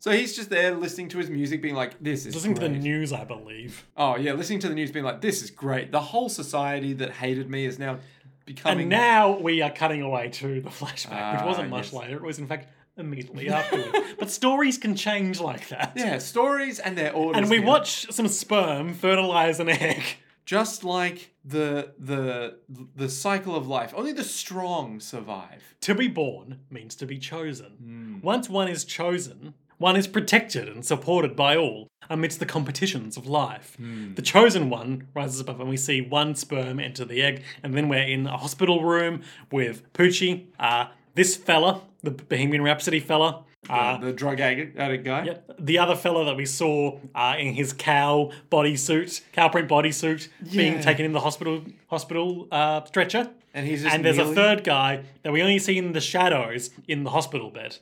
Speaker 2: So he's just there listening to his music, being like, "This is
Speaker 1: Listening to the
Speaker 2: great."
Speaker 1: news, I believe.
Speaker 2: oh yeah, listening to the news, being like, "This is great." The whole society that hated me is now becoming.
Speaker 1: And now we are cutting away to the flashback, which
Speaker 2: Ah,
Speaker 1: wasn't much
Speaker 2: yes.
Speaker 1: later. It was in fact immediately afterwards. but stories can change like that.
Speaker 2: yeah, stories and their orders.
Speaker 1: And we
Speaker 2: now.
Speaker 1: watch some sperm fertilize an egg.
Speaker 2: just like the the the cycle of life. Only the strong survive.
Speaker 1: To be born means to be chosen. Once one is chosen, one is protected and supported by all amidst the competitions of life. The chosen one rises above, and we see one sperm enter the egg, and then we're in a hospital room with Poochie, uh, this fella, the Bohemian Rhapsody fella, uh,
Speaker 2: the drug addict, addict guy.
Speaker 1: Yep. The other fella that we saw uh, in his cow bodysuit, cow print bodysuit, being
Speaker 2: Yeah.
Speaker 1: taken in the hospital hospital uh, stretcher.
Speaker 2: And he's just
Speaker 1: And there's a
Speaker 2: kneeling.
Speaker 1: third guy that we only see in the shadows in the hospital bed.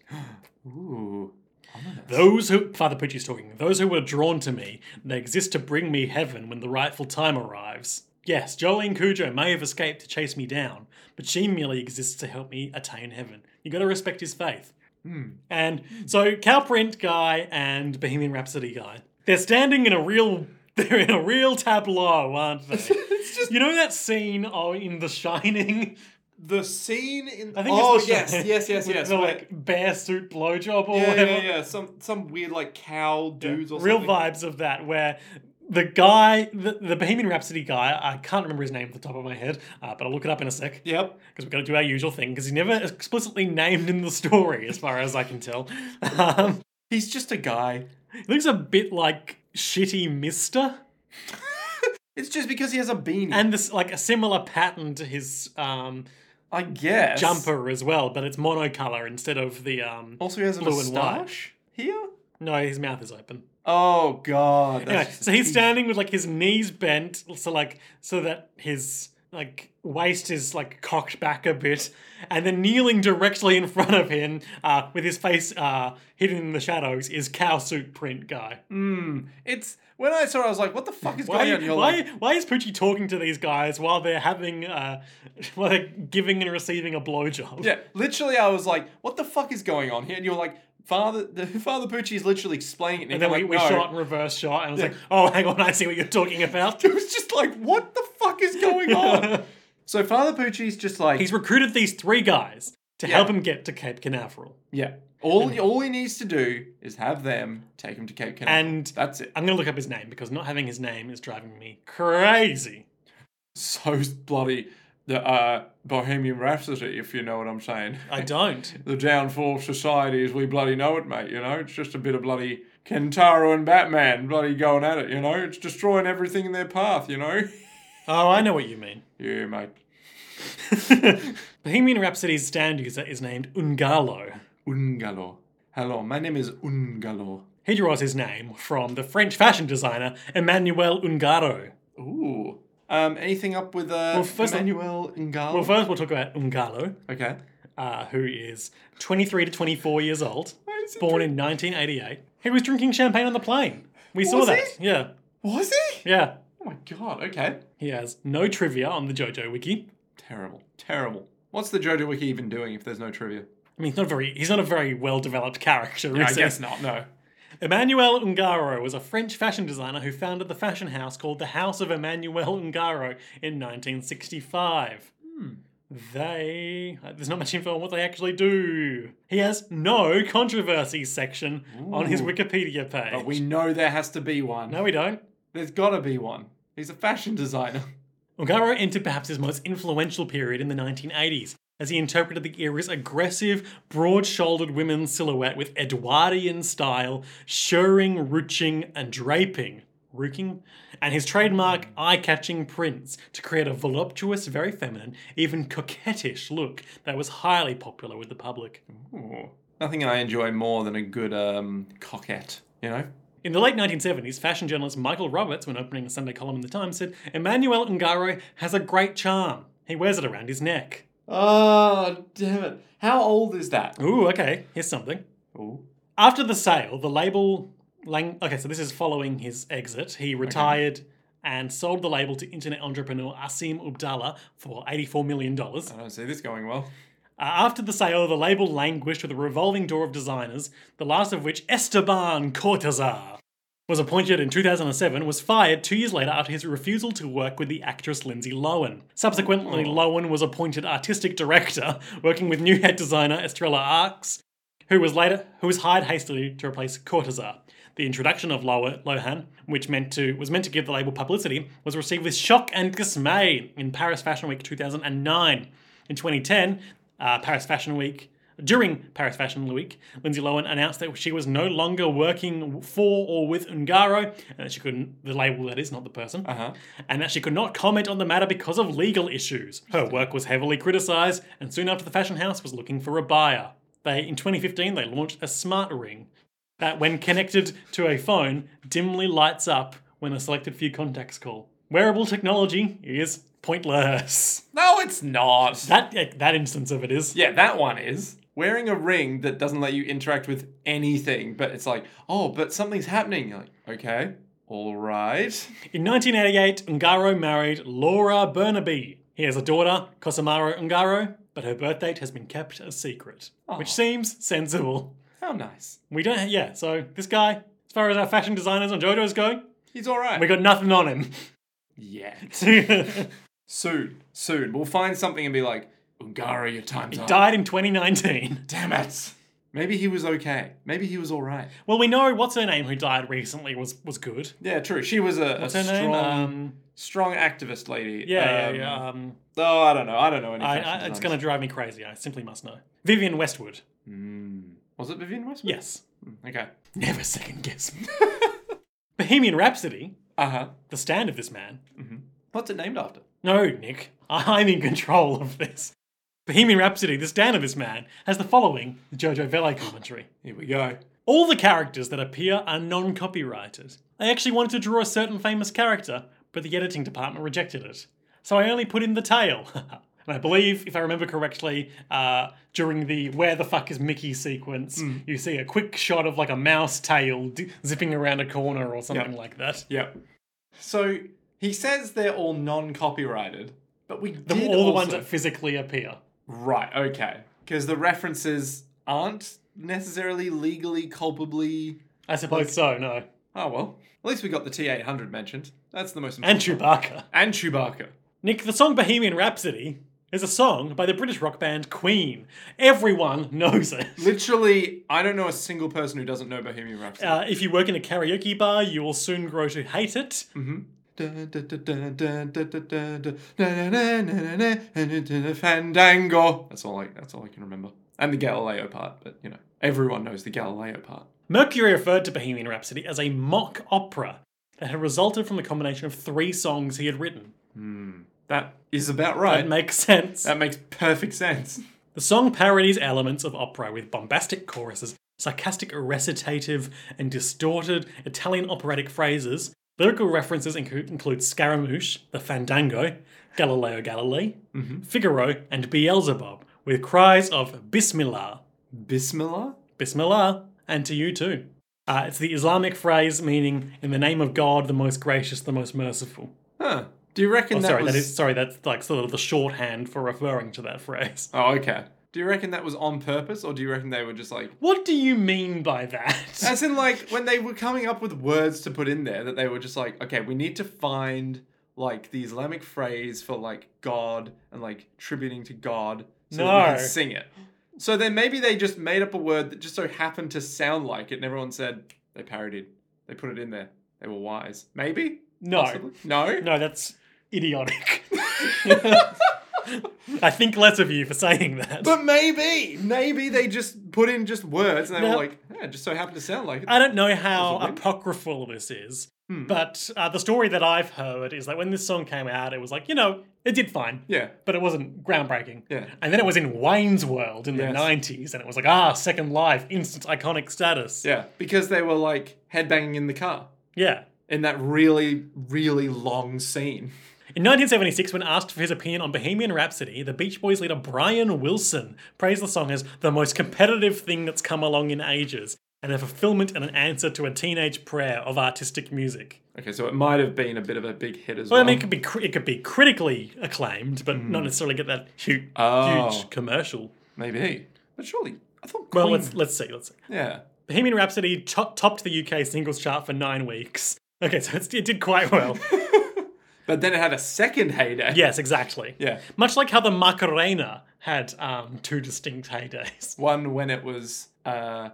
Speaker 2: Ooh. ominous.
Speaker 1: Those who Father Pucci's talking, those who were drawn to me, they exist to bring me heaven when the rightful time arrives. Yes, Jolene Cujo may have escaped to chase me down, but she merely exists to help me attain heaven. You gotta respect his faith.
Speaker 2: Hmm.
Speaker 1: And so Cowprint guy and Bohemian Rhapsody guy, they're standing in a real They're in a real tableau, aren't they?
Speaker 2: it's just
Speaker 1: you know that scene oh, in The Shining?
Speaker 2: the scene in.
Speaker 1: I think
Speaker 2: oh
Speaker 1: it's The
Speaker 2: yes,
Speaker 1: Shining.
Speaker 2: yes, yes,
Speaker 1: With
Speaker 2: yes.
Speaker 1: The,
Speaker 2: where-
Speaker 1: like bear suit blowjob or
Speaker 2: yeah,
Speaker 1: whatever.
Speaker 2: yeah, yeah. Some some weird like cow dudes or
Speaker 1: real
Speaker 2: something.
Speaker 1: vibes of that where the guy the, the bohemian rhapsody guy i can't remember his name off the top of my head uh, but i'll look it up in a sec
Speaker 2: Yep.
Speaker 1: because we've got to do our usual thing because he's never explicitly named in the story as far as i can tell um,
Speaker 2: He's just a guy.
Speaker 1: he looks a bit like shitty mister
Speaker 2: It's just because he has a beanie.
Speaker 1: and this like a similar pattern to his um,
Speaker 2: I guess
Speaker 1: jumper as well but it's monocolor instead of the um
Speaker 2: Also, he has a
Speaker 1: Blue and white.
Speaker 2: moustache here.
Speaker 1: no his mouth is open
Speaker 2: Oh god. that's
Speaker 1: Anyway,
Speaker 2: just
Speaker 1: so
Speaker 2: a
Speaker 1: he's
Speaker 2: piece-
Speaker 1: standing with like his knees bent, so like so that his like waist is like cocked back a bit, and then kneeling directly in front of him, uh, with his face uh, hidden in the shadows, is cow suit print guy.
Speaker 2: Mm, it's when I saw, it, I was like, "What the fuck is going
Speaker 1: Why,
Speaker 2: on?" You're
Speaker 1: why,
Speaker 2: like,
Speaker 1: why is Poochie talking to these guys while they're having, uh, while they're giving and receiving a blowjob?
Speaker 2: yeah, literally, I was like, "What the fuck is going on here?" And you're like, "Father, the Father Pucci is literally explaining it."
Speaker 1: And then we,
Speaker 2: I'm
Speaker 1: we
Speaker 2: like, no.
Speaker 1: shot and reverse shot, and I was like, oh, hang on, I see what you're talking about.
Speaker 2: It was just like, "What the fuck is going on?" So Father Pucci's just like,
Speaker 1: He's recruited these three guys to
Speaker 2: Yeah.
Speaker 1: help him get to Cape Canaveral.
Speaker 2: "Yeah, all all he needs to do is have them take him to Cape Canaveral,
Speaker 1: And-
Speaker 2: that's it."
Speaker 1: I'm gonna look up his name because not having his name is driving me crazy.
Speaker 2: So bloody the uh, Bohemian Rhapsody, if you know what I'm saying.
Speaker 1: I don't.
Speaker 2: the downfall of society as we bloody know it, mate. You know, it's just a bit of bloody Kentaro and Batman bloody going at it. You know, it's destroying everything in their path. You know,
Speaker 1: Oh, I know what you mean.
Speaker 2: yeah, mate.
Speaker 1: Bohemian Rhapsody's stand user is named Ungalo.
Speaker 2: Ungalo. Hello, my name is Ungalo.
Speaker 1: He draws his name from the French fashion designer Emmanuel Ungaro.
Speaker 2: Ooh. Um, anything up with uh,
Speaker 1: Well, first of-
Speaker 2: Emmanuel Ungalo?
Speaker 1: Well, first we'll talk about Ungalo,
Speaker 2: okay.
Speaker 1: uh, who is 23 to 24 years old,
Speaker 2: is he
Speaker 1: born in 1988. He was drinking champagne on the plane. We saw
Speaker 2: Was
Speaker 1: that.
Speaker 2: he?
Speaker 1: Yeah,
Speaker 2: Was he?
Speaker 1: yeah.
Speaker 2: Oh my god. Okay.
Speaker 1: He has no trivia on the JoJo wiki.
Speaker 2: Terrible. Terrible. What's the JoJo wiki even doing if there's no trivia?
Speaker 1: I mean, he's not very. He's not a very well-developed character.
Speaker 2: I
Speaker 1: is he?
Speaker 2: guess not. No.
Speaker 1: Emmanuel Ungaro was a French fashion designer who founded the fashion house called the House of Emmanuel Ungaro in 1965.
Speaker 2: Hmm.
Speaker 1: They. uh, There's not much info on what they actually do. He has no controversy section on his
Speaker 2: Ooh.
Speaker 1: Wikipedia page.
Speaker 2: But we know there has to be one.
Speaker 1: no, we don't.
Speaker 2: There's gotta be one. He's a fashion designer.
Speaker 1: Ungaro entered perhaps his most influential period in the 1980s as he interpreted the era's aggressive, broad shouldered women's silhouette with Edwardian style, shirring, ruching, and draping. Rooking, and his trademark eye catching prints to create a voluptuous, very feminine, even coquettish look that was highly popular with the public.
Speaker 2: Ooh. Nothing I enjoy more than a good um, coquette, you know?
Speaker 1: In the late 1970s, fashion journalist Michael Roberts, when opening a Sunday column in The Times, said Emmanuel Ungaro has a great charm. He wears it around his neck.
Speaker 2: Oh, damn it. How old is that?
Speaker 1: Ooh, okay. Here's something.
Speaker 2: Ooh.
Speaker 1: After the sale, the label. Lang- okay, so this is following his exit. He retired and sold the label to internet entrepreneur Asim Ubdallah for $84 million. Uh,
Speaker 2: I don't see this going well.
Speaker 1: after the sale, the label languished with a revolving door of designers, the last of which, Esteban Cortazar, was appointed in 2007, was fired two years later after his refusal to work with the actress Lindsay Lohan. Subsequently, Lohan was appointed artistic director, working with new head designer Estrella Arx, who was later who was hired hastily to replace Cortazar. The introduction of Lower Lohan, which meant to was meant to give the label publicity, was received with shock and dismay in Paris Fashion Week 2009. In 2010, uh, Paris Fashion Week. During Paris Fashion Week, Lindsay Lohan announced that she was no longer working for or with Ungaro, and that she couldn't, the label that is, not the person,
Speaker 2: Uh-huh.
Speaker 1: and that she could not comment on the matter because of legal issues. Her work was heavily criticised, and soon after the fashion house was looking for a buyer. They, in 2015, they launched a smart ring that, when connected to a phone, dimly lights up when a selected few contacts call. Wearable technology is pointless.
Speaker 2: No, it's not.
Speaker 1: That eh, that instance of it is.
Speaker 2: yeah, that one is. Wearing a ring that doesn't let you interact with anything, but it's like, oh, but something's happening. You're like, okay, all right.
Speaker 1: In 1988, Ungaro married Laura Burnaby. He has a daughter, Cosimaro Ungaro, but her birth date has been kept a secret, which seems sensible.
Speaker 2: How nice.
Speaker 1: We don't, yeah, so this guy, as far as our fashion designers on JoJo's go,
Speaker 2: He's all right.
Speaker 1: We got nothing on him.
Speaker 2: yeah.
Speaker 1: he
Speaker 2: Soon, soon, we'll find something and be like, Ungara, your time's up.
Speaker 1: died in 2019.
Speaker 2: Damn it. Maybe he was okay. Maybe he was all right.
Speaker 1: Well, we know what's her name who died recently was was good.
Speaker 2: Yeah, true. She was a, a
Speaker 1: What's her name?
Speaker 2: strong,
Speaker 1: Um,
Speaker 2: strong activist lady.
Speaker 1: yeah,
Speaker 2: Um,
Speaker 1: yeah, yeah. Um,
Speaker 2: Oh, I don't know. I don't know any.
Speaker 1: I,
Speaker 2: fashion
Speaker 1: I, it's
Speaker 2: designers.
Speaker 1: going to drive me crazy. I simply must know. Vivian Westwood.
Speaker 2: Mm. Was it Vivian Westwood? Hmm,
Speaker 1: Yes.
Speaker 2: Okay.
Speaker 1: Never second guess. Bohemian Rhapsody,
Speaker 2: Uh huh.
Speaker 1: the stand of this man.
Speaker 2: What's it named after?
Speaker 1: No, Nick, I'm in control of this. Bohemian Rhapsody, the stand of this man, has the following Jojo Vele commentary.
Speaker 2: Here we go.
Speaker 1: All the characters that appear are non copyrighted. I actually wanted to draw a certain famous character, but the editing department rejected it. So I only put in the tail. and I believe, if I remember correctly, uh, during the Where the Fuck is Mickey sequence,
Speaker 2: Hmm.
Speaker 1: you see a quick shot of like a mouse tail d- zipping around a corner or something
Speaker 2: Yep.
Speaker 1: like that.
Speaker 2: Yep. So he says they're all non-copyrighted, but we
Speaker 1: The,
Speaker 2: did
Speaker 1: all the ones
Speaker 2: also-
Speaker 1: that physically appear.
Speaker 2: Right. Okay. Because the references aren't necessarily legally culpably.
Speaker 1: I suppose so, no.
Speaker 2: Oh well. At least we got the T eight hundred mentioned. That's the most
Speaker 1: And
Speaker 2: important.
Speaker 1: Chewbacca.
Speaker 2: And Chewbacca.
Speaker 1: Nick, the song Bohemian Rhapsody is a song by the British rock band Queen. Everyone knows it.
Speaker 2: Literally, I don't know a single person who doesn't know Bohemian Rhapsody.
Speaker 1: Uh, if you work in a karaoke bar, you will soon grow to hate it.
Speaker 2: Fandango. That's all I. That's all I can remember. And the Galileo part, but you know, everyone knows the Galileo part.
Speaker 1: Mercury referred to Bohemian Rhapsody as a mock opera that had resulted from the combination of three songs he had written.
Speaker 2: That is about
Speaker 1: That
Speaker 2: right.
Speaker 1: makes sense.
Speaker 2: That makes perfect sense.
Speaker 1: the song parodies elements of opera with bombastic choruses, sarcastic recitative, and distorted Italian operatic phrases. Lyrical references include, include Scaramouche, the Fandango, Galileo Galilei, Figaro, and Beelzebub, with cries of Bismillah,
Speaker 2: Bismillah.
Speaker 1: Bismillah, and to you too. Uh, it's the Islamic phrase meaning "in the name of God, the most gracious, the most merciful."
Speaker 2: Huh. Do you reckon that
Speaker 1: Oh, sorry,
Speaker 2: was?
Speaker 1: that is sorry. That's like sort of the shorthand for referring to that phrase.
Speaker 2: Oh, okay. Do you reckon that was on purpose, or do you reckon they were just like?
Speaker 1: What do you mean by that?
Speaker 2: As in, like, when they were coming up with words to put in there, that they were just like, okay, we need to find, like, the Islamic phrase for, like, God and, like, tributing to God so that we
Speaker 1: No.
Speaker 2: can sing it. So then maybe they just made up a word that just so happened to sound like it, and everyone said they parodied. They put it in there. They were wise. Maybe?
Speaker 1: No.
Speaker 2: Possibly? No?
Speaker 1: No, that's idiotic. I think less of you for saying that.
Speaker 2: But maybe! Maybe they just put in just words and they
Speaker 1: No.
Speaker 2: were like, yeah, it just so happened to sound like it.
Speaker 1: I don't know how
Speaker 2: Was it weird?
Speaker 1: apocryphal this is,
Speaker 2: Hmm.
Speaker 1: but uh, the story that I've heard is that when this song came out, it was like you know it did fine,
Speaker 2: Yeah.
Speaker 1: but it wasn't groundbreaking.
Speaker 2: Yeah.
Speaker 1: And then it was in Wayne's World in
Speaker 2: Yes.
Speaker 1: the 90s, and it was like, ah, Second Life, instant iconic status.
Speaker 2: Yeah. Because they were, like, headbanging in the car.
Speaker 1: Yeah.
Speaker 2: in that really, really long scene.
Speaker 1: In 1976, when asked for his opinion on Bohemian Rhapsody, the Beach Boys leader Brian Wilson praised the song as the most competitive thing that's come along in ages, and a fulfillment and an answer to a teenage prayer of artistic music.
Speaker 2: Okay, so it might have been a bit of a big hit as
Speaker 1: Well,
Speaker 2: well.
Speaker 1: I mean, it could be cri- it could be critically acclaimed, but not necessarily get that huge,
Speaker 2: Hmm. Oh.
Speaker 1: huge commercial.
Speaker 2: Maybe. But surely, I thought Queen.
Speaker 1: Well, let's let's see, let's see.
Speaker 2: yeah.
Speaker 1: Bohemian Rhapsody to- topped the UK singles chart for nine weeks. Okay, so it's, it did quite well.
Speaker 2: But then it had a second heyday.
Speaker 1: yes, exactly.
Speaker 2: Yeah.
Speaker 1: Much like how the Macarena had um, two distinct heydays.
Speaker 2: One when it was, uh,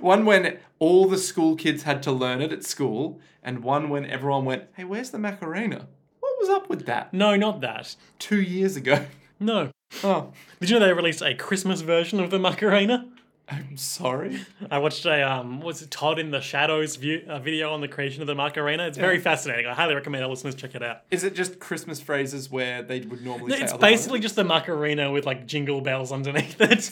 Speaker 2: one when all the school kids had to learn it at school, and one when everyone went, hey, where's the Macarena? What was up with that?
Speaker 1: No, not that.
Speaker 2: Two years ago.
Speaker 1: No.
Speaker 2: Oh,
Speaker 1: Did you know they released a Christmas version of the Macarena?
Speaker 2: I'm sorry.
Speaker 1: I watched a um, what's it, Todd in the Shadows view, uh video on the creation of the Macarena. It's very fascinating. I highly recommend our listeners check it out.
Speaker 2: Is it just Christmas phrases where they would normally say
Speaker 1: It's
Speaker 2: otherwise?
Speaker 1: basically just the Macarena with like jingle bells underneath it,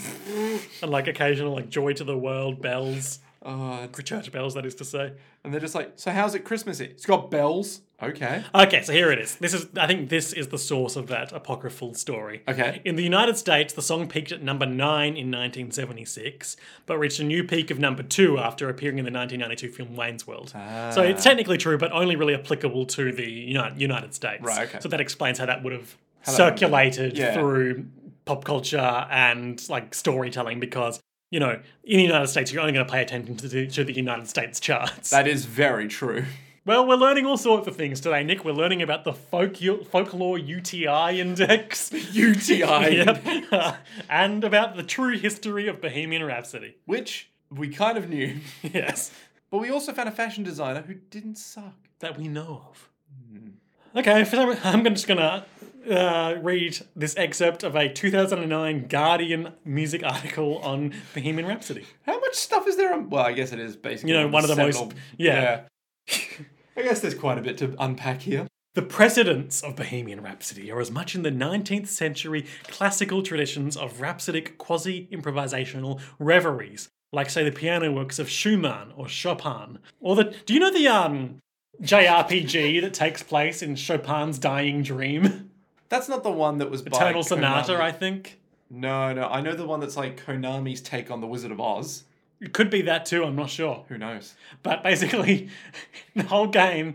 Speaker 1: and like occasional like joy to the world bells,
Speaker 2: Oh, it's-
Speaker 1: church bells that is to say.
Speaker 2: and they're just like, so how's it Christmassy? It's got bells. Okay.
Speaker 1: Okay, so here it is. This is I think this is the source of that apocryphal story.
Speaker 2: Okay.
Speaker 1: In the United States, the song peaked at number 9 in 1976, but reached a new peak of number 2 after appearing in the 1992 film Wayne's World.
Speaker 2: Ah.
Speaker 1: So it's technically true, but only really applicable to the Uni- United States.
Speaker 2: Right, okay.
Speaker 1: So that explains how that would have
Speaker 2: that would have-
Speaker 1: circulated
Speaker 2: yeah.
Speaker 1: through pop culture and like storytelling because, you know, in the United States, you're only going to pay attention to the, to the United States charts.
Speaker 2: That is very true.
Speaker 1: Well, we're learning all sorts of things today, Nick. We're learning about the folk folklore UTI index.
Speaker 2: UTI.
Speaker 1: Yep. and about the true history of Bohemian Rhapsody.
Speaker 2: Which we kind of knew,
Speaker 1: Yes.
Speaker 2: but we also found a fashion designer who didn't suck.
Speaker 1: That we know of. Okay, for some, I'm gonna- just gonna uh, read this excerpt of a 2009 Guardian music article on Bohemian Rhapsody.
Speaker 2: How much stuff is there on? Well, I guess it is basically
Speaker 1: You know, one of the most-
Speaker 2: seminal-
Speaker 1: yeah.
Speaker 2: yeah. I guess there's quite a bit to unpack here.
Speaker 1: The precedents of Bohemian Rhapsody are as much in the 19th century classical traditions of rhapsodic quasi improvisational reveries, like, say, the piano works of Schumann or Chopin. Or the. Do you know the um, JRPG that takes place in Chopin's Dying Dream?
Speaker 2: That's not the one that was by
Speaker 1: Eternal Sonata,
Speaker 2: Konami.
Speaker 1: I think.
Speaker 2: No, no, I know the one that's like Konami's take on the Wizard of Oz.
Speaker 1: It could be that too, I'm not sure.
Speaker 2: Who knows?
Speaker 1: But basically, the whole game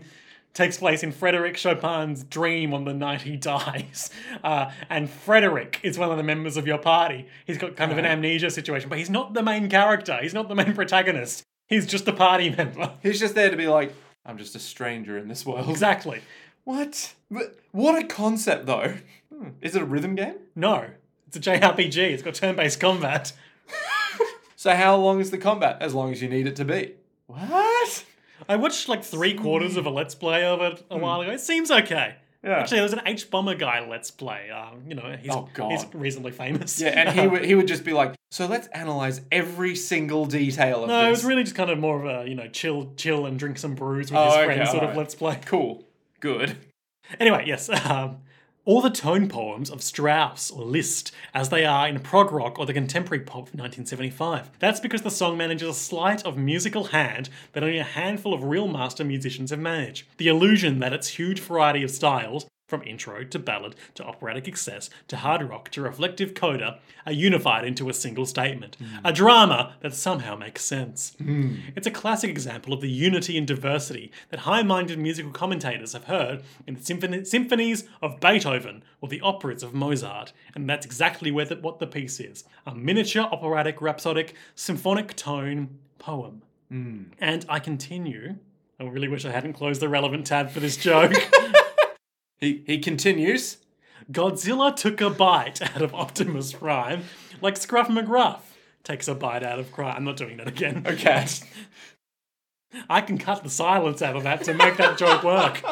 Speaker 1: takes place in Frederic Chopin's dream on the night he dies. Uh, and Frederic is one of the members of your party. He's got kind of an amnesia situation, but he's not the main character. He's not the main protagonist. He's just a party member.
Speaker 2: He's just there to be like, I'm just a stranger in this world.
Speaker 1: Exactly.
Speaker 2: What? But What a concept, though. Hmm. Is it a rhythm game?
Speaker 1: No, it's a JRPG. It's got turn based combat.
Speaker 2: So how long is the combat? As long as you need it to be. What?
Speaker 1: I watched like three quarters of a Let's Play of it a while ago. It seems okay.
Speaker 2: Hmm. Yeah.
Speaker 1: Actually, there was an H Bomber guy Let's Play. Um, you know, he's,
Speaker 2: Oh, God.
Speaker 1: he's reasonably famous.
Speaker 2: Yeah, and he would he would just be like, so let's analyze every single detail of
Speaker 1: No, it
Speaker 2: this.
Speaker 1: was really just kind of more of a you know chill, chill and drink some brews with
Speaker 2: Oh,
Speaker 1: his
Speaker 2: okay,
Speaker 1: friends sort of
Speaker 2: alright.
Speaker 1: let's play.
Speaker 2: cool. Good.
Speaker 1: Anyway, yes, um, all the tone poems of Strauss or Liszt as they are in prog rock or the contemporary pop of 1975. That's because the song manages a sleight of musical hand that only a handful of real master musicians have managed. The illusion that its huge variety of styles. From intro to ballad to operatic excess to hard rock to reflective coda are unified into a single statement, a drama that somehow makes sense. It's a classic example of the unity and diversity that high minded musical commentators have heard in the symphon- symphonies of Beethoven or the operas of Mozart, and that's exactly where the, what the piece is a miniature operatic, rhapsodic, symphonic tone poem. And I continue. I really wish I hadn't closed the relevant tab for this joke.
Speaker 2: He he continues.
Speaker 1: Godzilla took a bite out of Optimus Prime, like Scruff McGruff takes a bite out of Crime. I'm not doing that again.
Speaker 2: Okay.
Speaker 1: I can cut the silence out of that to make that joke work.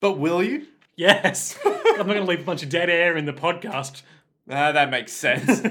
Speaker 2: But will you?
Speaker 1: Yes. I'm not going to leave a bunch of dead air in the podcast.
Speaker 2: Ah, that makes sense.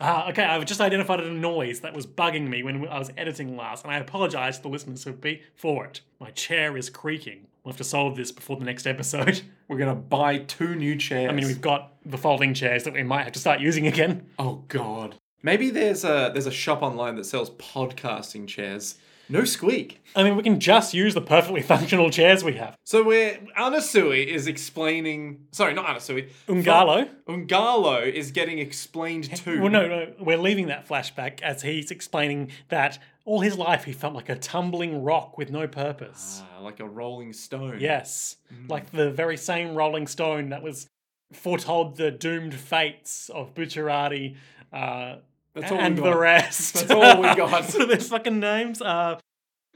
Speaker 1: Ah, okay, I've just identified a noise that was bugging me when I was editing last, and I apologise to the listeners who be for it. My chair is creaking. We'll have to solve this before the next episode.
Speaker 2: We're gonna buy two new chairs.
Speaker 1: I mean, we've got the folding chairs that we might have to start using again.
Speaker 2: Oh God. Maybe there's a there's a shop online that sells podcasting chairs. No squeak.
Speaker 1: I mean, we can just use the perfectly functional chairs we have.
Speaker 2: So we're Anasui is explaining. Sorry, not Anasui.
Speaker 1: Ungalo?
Speaker 2: Ungalo is getting explained to.
Speaker 1: Well, no, no, we're leaving that flashback as he's explaining that all his life he felt like a tumbling rock with no purpose.
Speaker 2: Ah, like a rolling stone.
Speaker 1: Yes,
Speaker 2: Mm.
Speaker 1: like the very same Rolling Stone that was foretold the doomed fates of Bucciarati uh,
Speaker 2: That's all we
Speaker 1: and
Speaker 2: got.
Speaker 1: the rest.
Speaker 2: That's all we got.
Speaker 1: so their fucking names are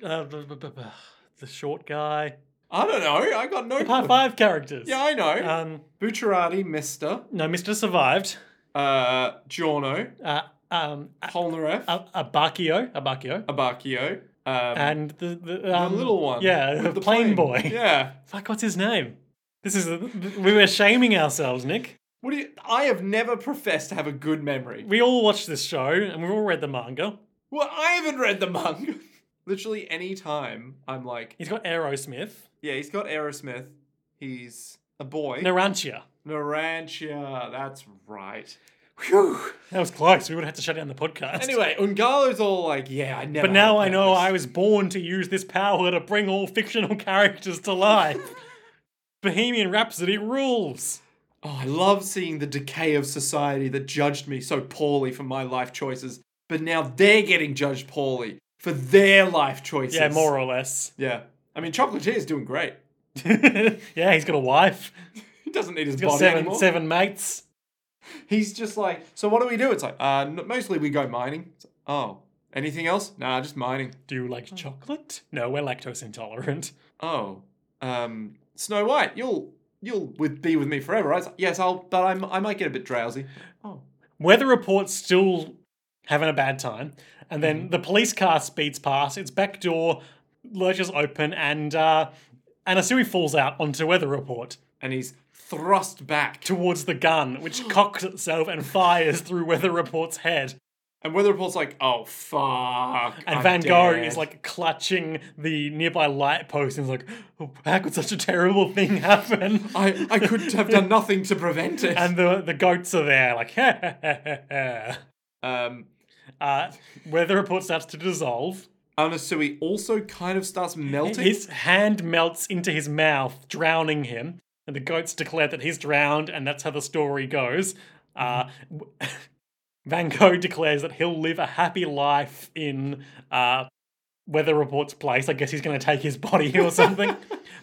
Speaker 1: uh, b- b- b- b- the short guy,
Speaker 2: I don't know. I got no.
Speaker 1: part
Speaker 2: clue.
Speaker 1: five characters.
Speaker 2: Oh. Yeah, I know.
Speaker 1: Um,
Speaker 2: Bucciarati, Mister,
Speaker 1: no, Mister survived.
Speaker 2: uh, Giorno,
Speaker 1: Uh, um,
Speaker 2: Polnareff,
Speaker 1: A- Abacchio, Abacchio,
Speaker 2: Abacchio, um,
Speaker 1: and the the, um,
Speaker 2: the little one.
Speaker 1: Yeah,
Speaker 2: with
Speaker 1: the plane boy.
Speaker 2: Yeah.
Speaker 1: Fuck, what's his name? This is we were shaming ourselves, Nick.
Speaker 2: What do you? I have never professed to have a good memory.
Speaker 1: We all watched this show and we've all read the manga.
Speaker 2: Well, I haven't read the manga. Literally any time I'm like,
Speaker 1: He's got Aerosmith,
Speaker 2: yeah, he's got Aerosmith. He's a boy.
Speaker 1: Narantia.
Speaker 2: Narantia, that's right.
Speaker 1: That was close. We would have to shut down the podcast.
Speaker 2: Anyway, Ungalo's all like, yeah, I never.
Speaker 1: but now I
Speaker 2: had a
Speaker 1: know
Speaker 2: purpose.
Speaker 1: I was born to use this power to bring all fictional characters to life. Bohemian Rhapsody rules.
Speaker 2: Oh, I love seeing the decay of society that judged me so poorly for my life choices, but now they're getting judged poorly for their life choices.
Speaker 1: Yeah, more or less.
Speaker 2: Yeah. I mean, Chocolatier's doing great.
Speaker 1: yeah, he's got a wife.
Speaker 2: He doesn't need his
Speaker 1: He's got
Speaker 2: body
Speaker 1: seven,
Speaker 2: anymore.
Speaker 1: seven mates.
Speaker 2: He's just like, so what do we do? It's like, uh, n- mostly we go mining. It's like, oh, Anything else? Nah, just mining.
Speaker 1: Do you like chocolate? No, we're lactose intolerant.
Speaker 2: Oh, um, Snow White, you'll you'll with, be with me forever, right? Yes, I'll. But I'm, I might get a bit drowsy. Oh,
Speaker 1: Weather report's still having a bad time, and
Speaker 2: Mm-hmm.
Speaker 1: then the police car speeds past. Its back door lurches open, and uh, Anasui falls out onto Weather Report
Speaker 2: and he's thrust back,
Speaker 1: towards the gun, which cocks itself and fires through Weather Report's head.
Speaker 2: and Weather Report's like, "Oh fuck!"
Speaker 1: And
Speaker 2: I'm
Speaker 1: Van Gogh
Speaker 2: dead."
Speaker 1: is like clutching the nearby light post and is like, oh, "How could such a terrible thing happen?"
Speaker 2: "I I could have done nothing to prevent it."
Speaker 1: and the the goats are there, like, "Ha, ha, ha, ha, ha."
Speaker 2: um,
Speaker 1: Uh, where the report starts to dissolve,
Speaker 2: Anasui also kind of starts melting.
Speaker 1: his hand melts into his mouth, drowning him. And the goats declare that he's drowned, and that's how the story goes. Uh, w- Van Gogh declares that he'll live a happy life in uh, Weather Report's place. I guess he's going to take his body or something.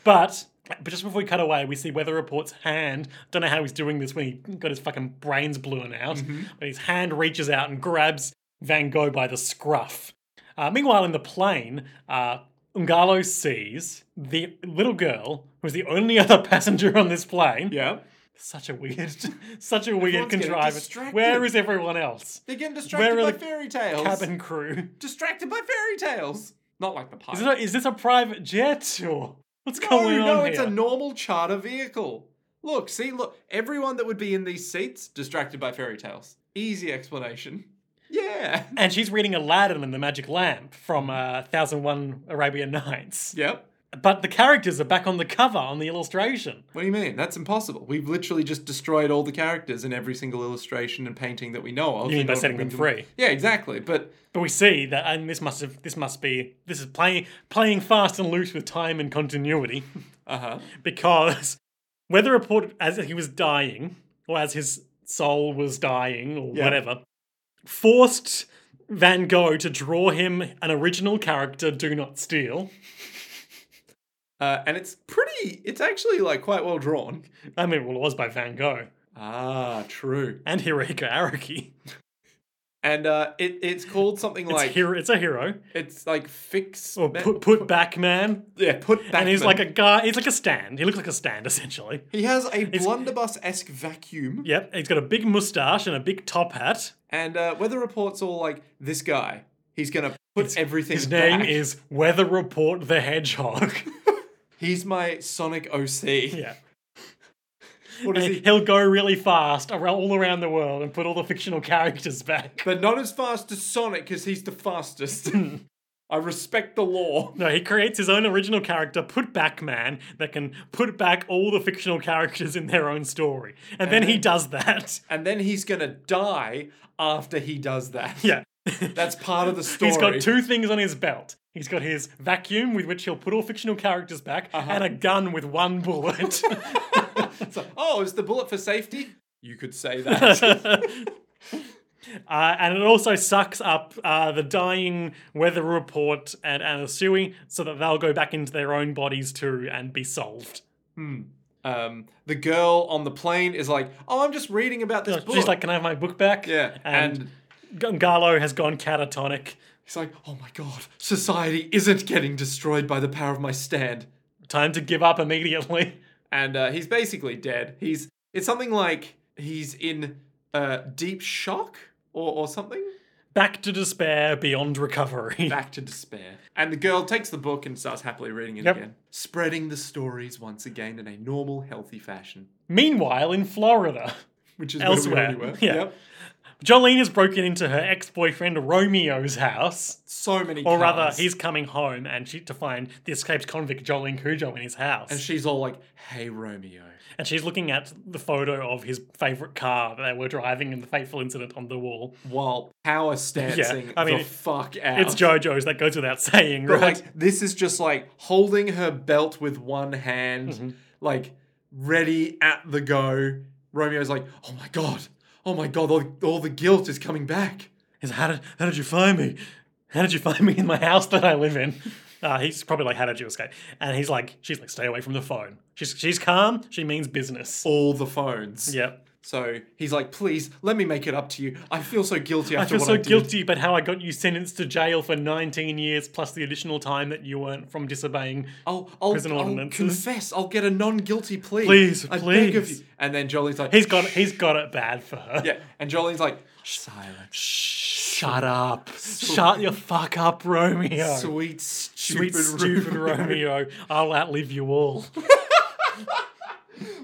Speaker 1: but. But just before we cut away, we see Weather Report's hand. Don't know how he's doing this when he got his fucking brains blown out.
Speaker 2: Mm-hmm.
Speaker 1: But his hand reaches out and grabs Van Gogh by the scruff. Uh, meanwhile, in the plane, uh, Ungalo sees the little girl who's the only other passenger on this plane.
Speaker 2: yeah,
Speaker 1: Such a weird, such a weird
Speaker 2: Everyone's getting
Speaker 1: contrivance.
Speaker 2: distracted.
Speaker 1: Where is everyone else?
Speaker 2: they're getting distracted
Speaker 1: Where are
Speaker 2: by
Speaker 1: the
Speaker 2: fairy tales.
Speaker 1: Cabin crew.
Speaker 2: Distracted by fairy tales. Not like the pilot.
Speaker 1: Is, it a, is this a private jet or what's
Speaker 2: No,
Speaker 1: going on
Speaker 2: no,
Speaker 1: here?
Speaker 2: it's a normal charter vehicle. Look, see, look, everyone that would be in these seats distracted by fairy tales. Easy explanation. Yeah.
Speaker 1: and she's reading Aladdin and the Magic Lamp from uh, 1001 Arabian Nights.
Speaker 2: Yep.
Speaker 1: But the characters are back on the cover on the illustration.
Speaker 2: What do you mean? That's impossible. We've literally just destroyed all the characters in every single illustration and painting that we know of.
Speaker 1: You mean
Speaker 2: in
Speaker 1: by
Speaker 2: order to
Speaker 1: setting
Speaker 2: bring
Speaker 1: them free?
Speaker 2: Yeah, exactly. But
Speaker 1: But we see that, and this must have, this must be, this is playing playing fast and loose with time and continuity,
Speaker 2: uh huh.
Speaker 1: because whether reported as he was dying or as his soul was dying or
Speaker 2: Yeah.
Speaker 1: whatever, forced Van Gogh to draw him an original character, Do Not Steal.
Speaker 2: Uh, and it's pretty. It's actually like quite well drawn.
Speaker 1: I mean, well, it was by Van Gogh
Speaker 2: Ah, true.
Speaker 1: and Hirohiko Araki.
Speaker 2: And uh, it it's called something
Speaker 1: It's,
Speaker 2: like
Speaker 1: hero, it's a hero.
Speaker 2: it's like fix.
Speaker 1: Or put, put back man.
Speaker 2: yeah, put back.
Speaker 1: And he's like a guy, he's like a stand. He looks like a stand, essentially.
Speaker 2: He has a blunderbuss esque vacuum,
Speaker 1: Yep, he's got a big moustache and a big top hat.
Speaker 2: and uh, weather reports all like this guy. He's gonna put everything.
Speaker 1: His name
Speaker 2: back.
Speaker 1: is Weather Report the Hedgehog.
Speaker 2: He's my Sonic OC.
Speaker 1: yeah.
Speaker 2: What is
Speaker 1: And
Speaker 2: he?
Speaker 1: He'll go really fast around, all around the world and put all the fictional characters back.
Speaker 2: But not as fast as Sonic, because he's the fastest. I respect the law.
Speaker 1: No, he creates his own original character, Put Back Man, that can put back all the fictional characters in their own story. And then he does that.
Speaker 2: And then he's gonna die after he does that.
Speaker 1: Yeah.
Speaker 2: That's part of the story.
Speaker 1: He's got two things on his belt. He's got his vacuum with which he'll put all fictional characters back, and a gun with one bullet.
Speaker 2: It's like, oh, is the bullet for safety? You could say that.
Speaker 1: Uh, and it also sucks up uh, the dying weather report and Anasui so that they'll go back into their own bodies too and be solved.
Speaker 2: um, the girl on the plane is like, oh, I'm just reading about this book.
Speaker 1: She's like, Can I have my book back?
Speaker 2: yeah,
Speaker 1: And,
Speaker 2: and
Speaker 1: Gungalo has gone catatonic.
Speaker 2: He's like, oh my god, society isn't getting destroyed by the power of my stand.
Speaker 1: Time to give up immediately.
Speaker 2: And uh, he's basically dead. He's it's something like he's in uh, deep shock or, or something.
Speaker 1: Back to despair, beyond recovery.
Speaker 2: Back to despair. And the girl takes the book and starts happily reading it
Speaker 1: Yep.
Speaker 2: again, spreading the stories once again in a normal, healthy fashion.
Speaker 1: Meanwhile, in Florida.
Speaker 2: Which is
Speaker 1: Elsewhere,
Speaker 2: Where we already were.
Speaker 1: yeah.
Speaker 2: Yep.
Speaker 1: Jolene has broken into her ex-boyfriend Romeo's house,
Speaker 2: So many.
Speaker 1: or rather,
Speaker 2: cars.
Speaker 1: he's coming home, and she to find the escaped convict Jolene Cujo in his house,
Speaker 2: And
Speaker 1: and,
Speaker 2: she's all like, "Hey, Romeo."
Speaker 1: she's looking at the photo of his favorite car that they were driving in the fateful incident on the wall.
Speaker 2: While power stancing
Speaker 1: I mean,
Speaker 2: the fuck out.
Speaker 1: It's JoJo's, that goes without saying,
Speaker 2: But
Speaker 1: right?
Speaker 2: like this is just like holding her belt with one hand,
Speaker 1: Mm-hmm.
Speaker 2: like ready at the go. Romeo's like, oh my god, oh my god, all, all the guilt is coming back.
Speaker 1: He's how did how did you find me? How did you find me in my house that I live in? Uh, he's probably like, how did you escape? And he's like, she's like, stay away from the phone. She's she's calm. She means business.
Speaker 2: All the phones.
Speaker 1: Yep.
Speaker 2: So he's like, please, let me make it up to you. I feel so guilty
Speaker 1: I
Speaker 2: after
Speaker 1: feel
Speaker 2: what
Speaker 1: so
Speaker 2: I did.
Speaker 1: guilty about how I got you sentenced to jail for 19 years plus the additional time that you weren't from disobeying.
Speaker 2: I'll, I'll,
Speaker 1: Prison
Speaker 2: I'll
Speaker 1: ordinances.
Speaker 2: confess. I'll get a non-guilty plea.
Speaker 1: Please,
Speaker 2: I beg of
Speaker 1: please.
Speaker 2: you. And then Jolene's like,
Speaker 1: He's got it, he's got it bad for her.
Speaker 2: yeah. And Jolene's like, silence.
Speaker 1: Shut up. Shut your fuck up, Romeo. Sweet,
Speaker 2: Sweet, stupid,
Speaker 1: stupid Romeo. I'll outlive you all.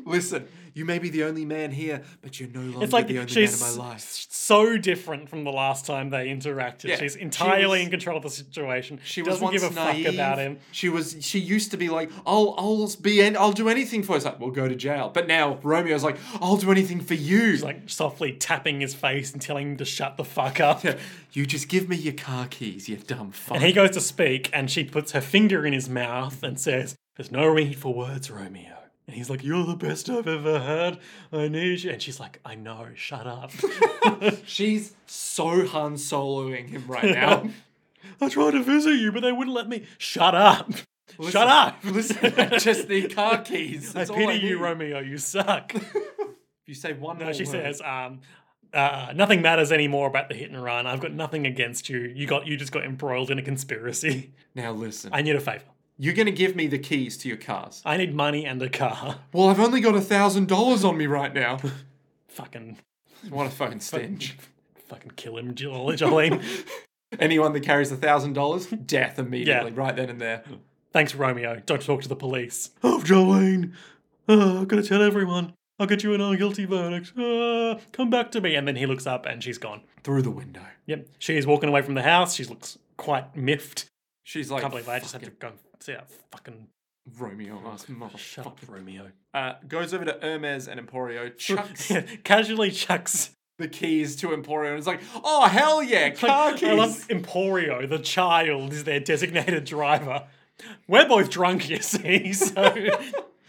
Speaker 2: Listen, you may be the only man here, but you're no longer
Speaker 1: It's like
Speaker 2: the only
Speaker 1: she's
Speaker 2: man in my life.
Speaker 1: so different from the last time they interacted.
Speaker 2: Yeah,
Speaker 1: she's
Speaker 2: she
Speaker 1: entirely
Speaker 2: was-
Speaker 1: in control of the situation.
Speaker 2: She was
Speaker 1: doesn't
Speaker 2: once
Speaker 1: give a
Speaker 2: naive.
Speaker 1: fuck about him.
Speaker 2: She was. She used to be like, "I'll, I'll be, and I'll do anything for." you." It's like, "We'll go to jail." But now Romeo's like, "I'll do anything for you."
Speaker 1: She's like softly tapping his face and telling him to shut the fuck up.
Speaker 2: "You just give me your car keys, you dumb fuck."
Speaker 1: And he goes to speak, and she puts her finger in his mouth and says, There's no need for words, Romeo. And he's like, You're the best I've ever had. I need you. And she's like, I know, shut up.
Speaker 2: She's so Han Soloing him right now.
Speaker 1: I tried to visit you, but they wouldn't let me. Shut up. shut up.
Speaker 2: Listen, I just need car keys.
Speaker 1: I
Speaker 2: That's all
Speaker 1: pity
Speaker 2: need.
Speaker 1: you, Romeo. You suck.
Speaker 2: If you say one
Speaker 1: No,
Speaker 2: more
Speaker 1: she
Speaker 2: word.
Speaker 1: says, um, uh, nothing matters anymore about the hit and run. I've got nothing against you. You got you just got embroiled in a conspiracy.
Speaker 2: "Now listen,
Speaker 1: I need a favor.
Speaker 2: you're gonna give me the keys to your cars."
Speaker 1: I need money and a car.
Speaker 2: Well, I've only got a thousand dollars on me right now.
Speaker 1: Fucking
Speaker 2: what a fucking stench.
Speaker 1: fucking kill him, Jol- Jolene.
Speaker 2: Anyone that carries a thousand dollars, death immediately,
Speaker 1: Yeah.
Speaker 2: right then and there.
Speaker 1: Thanks, Romeo. Don't talk to the police. Oh, Jolene. Oh, I'm gonna tell everyone. I'll get you an unguilty verdict. Uh, come back to me. And then he looks up and she's gone.
Speaker 2: Through the window.
Speaker 1: Yep. She is walking away from the house. She looks quite miffed.
Speaker 2: She's like,
Speaker 1: Can't believe I just had to
Speaker 2: "Fucking
Speaker 1: go and see that fucking
Speaker 2: Romeo oh, ass
Speaker 1: shut
Speaker 2: motherfucker.
Speaker 1: up, Romeo.
Speaker 2: Uh, goes over to Hermes and Emporio, chucks
Speaker 1: Casually chucks
Speaker 2: the keys to Emporio, and is like, oh, hell yeah, car
Speaker 1: Like,
Speaker 2: keys.
Speaker 1: I love Emporio, the child, is their designated driver. We're both drunk, you see, so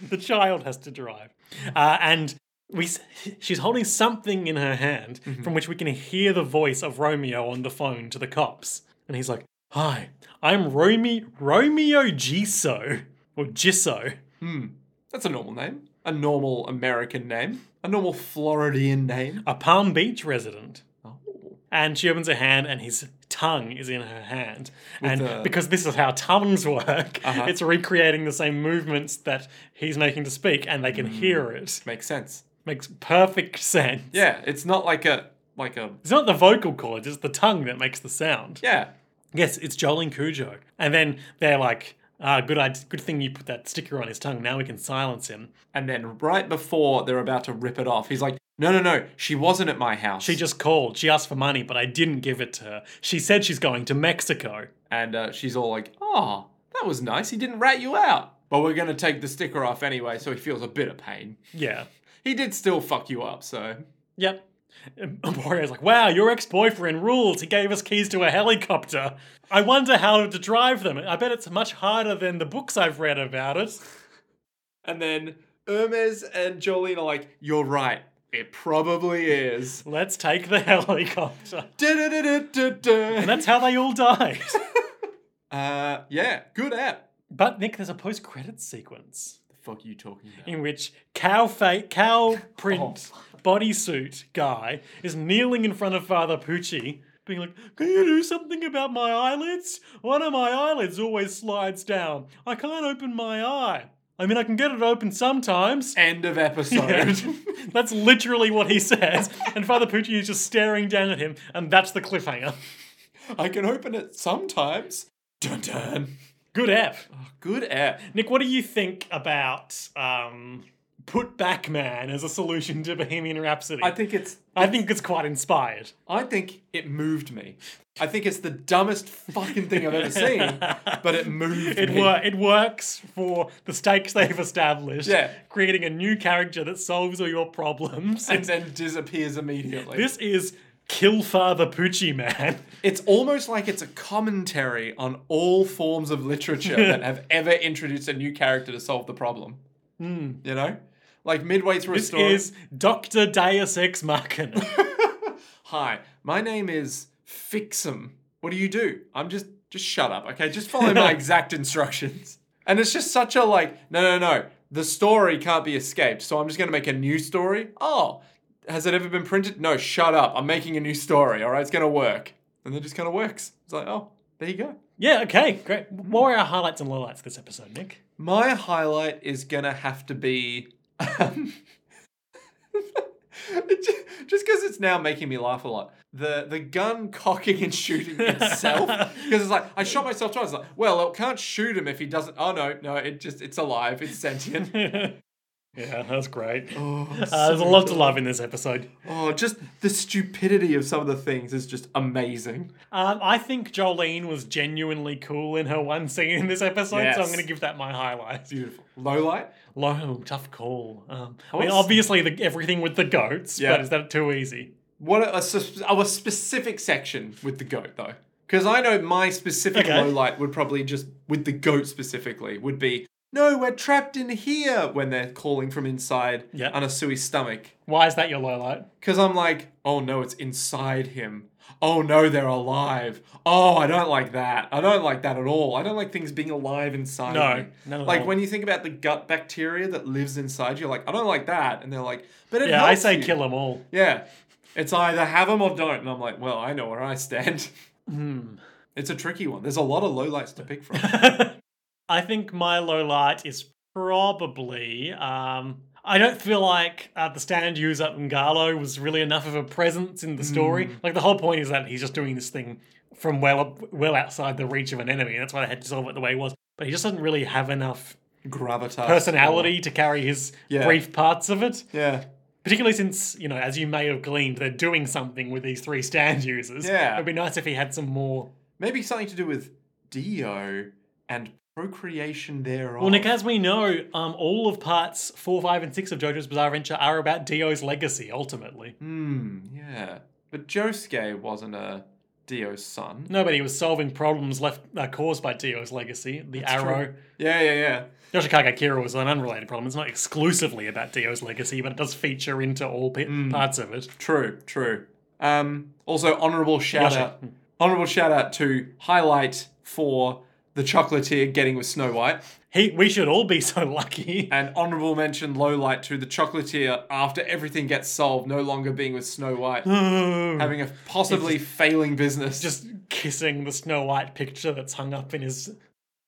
Speaker 1: the child has to drive. Uh, and we, s- she's holding something in her hand
Speaker 2: Mm-hmm.
Speaker 1: from which we can hear the voice of Romeo on the phone to the cops. And he's like, Hi, I'm Romy, Romeo Giso, or Giso.
Speaker 2: That's a normal name. A normal American name. A normal Floridian name.
Speaker 1: a Palm Beach resident.
Speaker 2: Oh.
Speaker 1: And she opens her hand, and his tongue is in her hand. and
Speaker 2: a-
Speaker 1: because this is how tongues work, it's recreating the same movements that he's making to speak, and they can hear it.
Speaker 2: Makes sense.
Speaker 1: Makes perfect sense.
Speaker 2: Yeah, it's not like a, like a,
Speaker 1: It's not the vocal cords, it's the tongue that makes the sound.
Speaker 2: yeah.
Speaker 1: Yes, it's Jolene Cujo. And then they're like, ah, good, id- good thing you put that sticker on his tongue. Now we can silence him.
Speaker 2: And then right before they're about to rip it off, he's like, no, no, no, she wasn't at my house.
Speaker 1: She just called. She asked for money, but I didn't give it to her. She said she's going to Mexico.
Speaker 2: And uh, she's all like, oh, that was nice. He didn't rat you out. But we're going to take the sticker off anyway, so he feels a bit of pain.
Speaker 1: Yeah.
Speaker 2: He did still fuck you up, so.
Speaker 1: Yep. And Wario's like, wow, your ex boyfriend rules. He gave us keys to a helicopter. I wonder how to drive them. I bet it's much harder than the books I've read about it.
Speaker 2: And then Hermes and Jolene are like, you're right. It probably is.
Speaker 1: Let's take the helicopter. And
Speaker 2: Du-du-du-du-du-du.
Speaker 1: that's how they all died.
Speaker 2: Uh, yeah, good app.
Speaker 1: but, Nick, there's a post credits sequence
Speaker 2: The fuck are you talking about?
Speaker 1: in which cow, fa- cow print bodysuit guy is kneeling in front of Father Pucci. Being like, can you do something about my eyelids? One of my eyelids always slides down. I can't open my eye. I mean, I can get it open sometimes.
Speaker 2: End of episode.
Speaker 1: that's literally what he says. And Father Pucci is just staring down at him, and that's the cliffhanger.
Speaker 2: I can open it sometimes. Dun dun.
Speaker 1: Good app.
Speaker 2: Good app.
Speaker 1: Nick, what do you think about um, Put Back Man as a solution to Bohemian Rhapsody?
Speaker 2: I think it's
Speaker 1: I think it's quite inspired.
Speaker 2: I think it moved me. I think it's the dumbest fucking thing I've ever seen, but it moved
Speaker 1: It
Speaker 2: me.
Speaker 1: wor- it works for the stakes they've established.
Speaker 2: Yeah.
Speaker 1: Creating a new character that solves all your problems.
Speaker 2: And then disappears immediately.
Speaker 1: this is Kill Father Poochie Man.
Speaker 2: it's almost like it's a commentary on all forms of literature that have ever introduced a new character to solve the problem. You know? Like midway through
Speaker 1: Hmm.
Speaker 2: a
Speaker 1: This
Speaker 2: story.
Speaker 1: is Dr. Deus Ex Machina.
Speaker 2: Hi, my name is Fixum. What do you do? I'm just just shut up, okay? Just follow my exact instructions. And it's just such a like, no, no, no. The story can't be escaped, so I'm just gonna make a new story. Oh, has it ever been printed? No, shut up. I'm making a new story. All right, it's gonna work. And it just kind of works. It's like, oh, there you go.
Speaker 1: Yeah, okay, great. What were our highlights and lowlights this episode, Nick?
Speaker 2: My highlight is gonna have to be. Um, it ju- just because it's now making me laugh a lot. The the gun cocking and shooting itself. Because it's like, I shot myself twice. It's like, well, it can't shoot him if he doesn't. Oh, no, no, it just, it's alive. It's sentient.
Speaker 1: yeah, that's great.
Speaker 2: Oh, I'm
Speaker 1: Uh, there's a
Speaker 2: so
Speaker 1: lot to love in this episode.
Speaker 2: Oh, just the stupidity of some of the things is just amazing.
Speaker 1: Um, I think Jolene was genuinely cool in her one scene in this episode, so I'm
Speaker 2: Yes.
Speaker 1: going to give that my highlight.
Speaker 2: Beautiful. Low light?
Speaker 1: Low, tough call. Um, I mean,
Speaker 2: was-
Speaker 1: obviously the, everything with the goats,
Speaker 2: Yeah.
Speaker 1: but is that too easy?
Speaker 2: What a, a, sus- a specific section with the goat though, because I know my specific
Speaker 1: Okay.
Speaker 2: low light would probably just with the goat specifically would be no, we're trapped in here when they're calling from inside
Speaker 1: Yeah.
Speaker 2: Anasui's stomach.
Speaker 1: Why is that your low light?
Speaker 2: Because I'm like, oh no, it's inside him. Oh no, they're alive. Oh, I don't like that. I don't like that at all. I don't like things being alive inside
Speaker 1: No,
Speaker 2: me.
Speaker 1: none at
Speaker 2: like
Speaker 1: all.
Speaker 2: when you think about the gut bacteria that lives inside you, like I don't like that, and they're like, but it
Speaker 1: Yeah, I
Speaker 2: helps
Speaker 1: say
Speaker 2: you.
Speaker 1: kill them all.
Speaker 2: Yeah. It's either have them or don't. And I'm like, well, I know where I stand.
Speaker 1: Hmm.
Speaker 2: It's a tricky one. There's a lot of lowlights to pick from.
Speaker 1: I think my low light is probably. Um, I don't feel like uh, the stand user Ngalo was really enough of a presence in the story.
Speaker 2: Mm.
Speaker 1: Like the whole point is that he's just doing this thing from well up, well outside the reach of an enemy, and that's why they had to solve it the way it was. But he just doesn't really have enough
Speaker 2: Gravitas.
Speaker 1: personality to carry his
Speaker 2: Yeah.
Speaker 1: brief parts of it.
Speaker 2: Yeah.
Speaker 1: Particularly since, you know, as you may have gleaned, they're doing something with these three stand users.
Speaker 2: Yeah.
Speaker 1: It'd be nice if he had some more
Speaker 2: Maybe something to do with Dio and procreation thereof.
Speaker 1: Well, Nick, as we know, um, all of parts four, five, and six of JoJo's Bizarre Adventure are about Dio's legacy, ultimately.
Speaker 2: Hmm. Yeah. But Josuke wasn't a Dio's son.
Speaker 1: Nobody was solving problems left uh, caused by Dio's legacy. The arrow.
Speaker 2: Yeah, yeah, yeah.
Speaker 1: Yoshikage Kira was an unrelated problem. It's not exclusively about Dio's legacy, but it does feature into all pe- parts of it.
Speaker 2: True, true. Um, also, honorable shout
Speaker 1: Yoshi.
Speaker 2: out. Honorable shout out to highlight for the chocolatier getting with Snow White.
Speaker 1: He, we should all be so lucky.
Speaker 2: And honorable mention low light to the chocolatier after everything gets solved, no longer being with Snow White, having a possibly failing business.
Speaker 1: Mm. Just kissing the Snow White picture that's hung up in his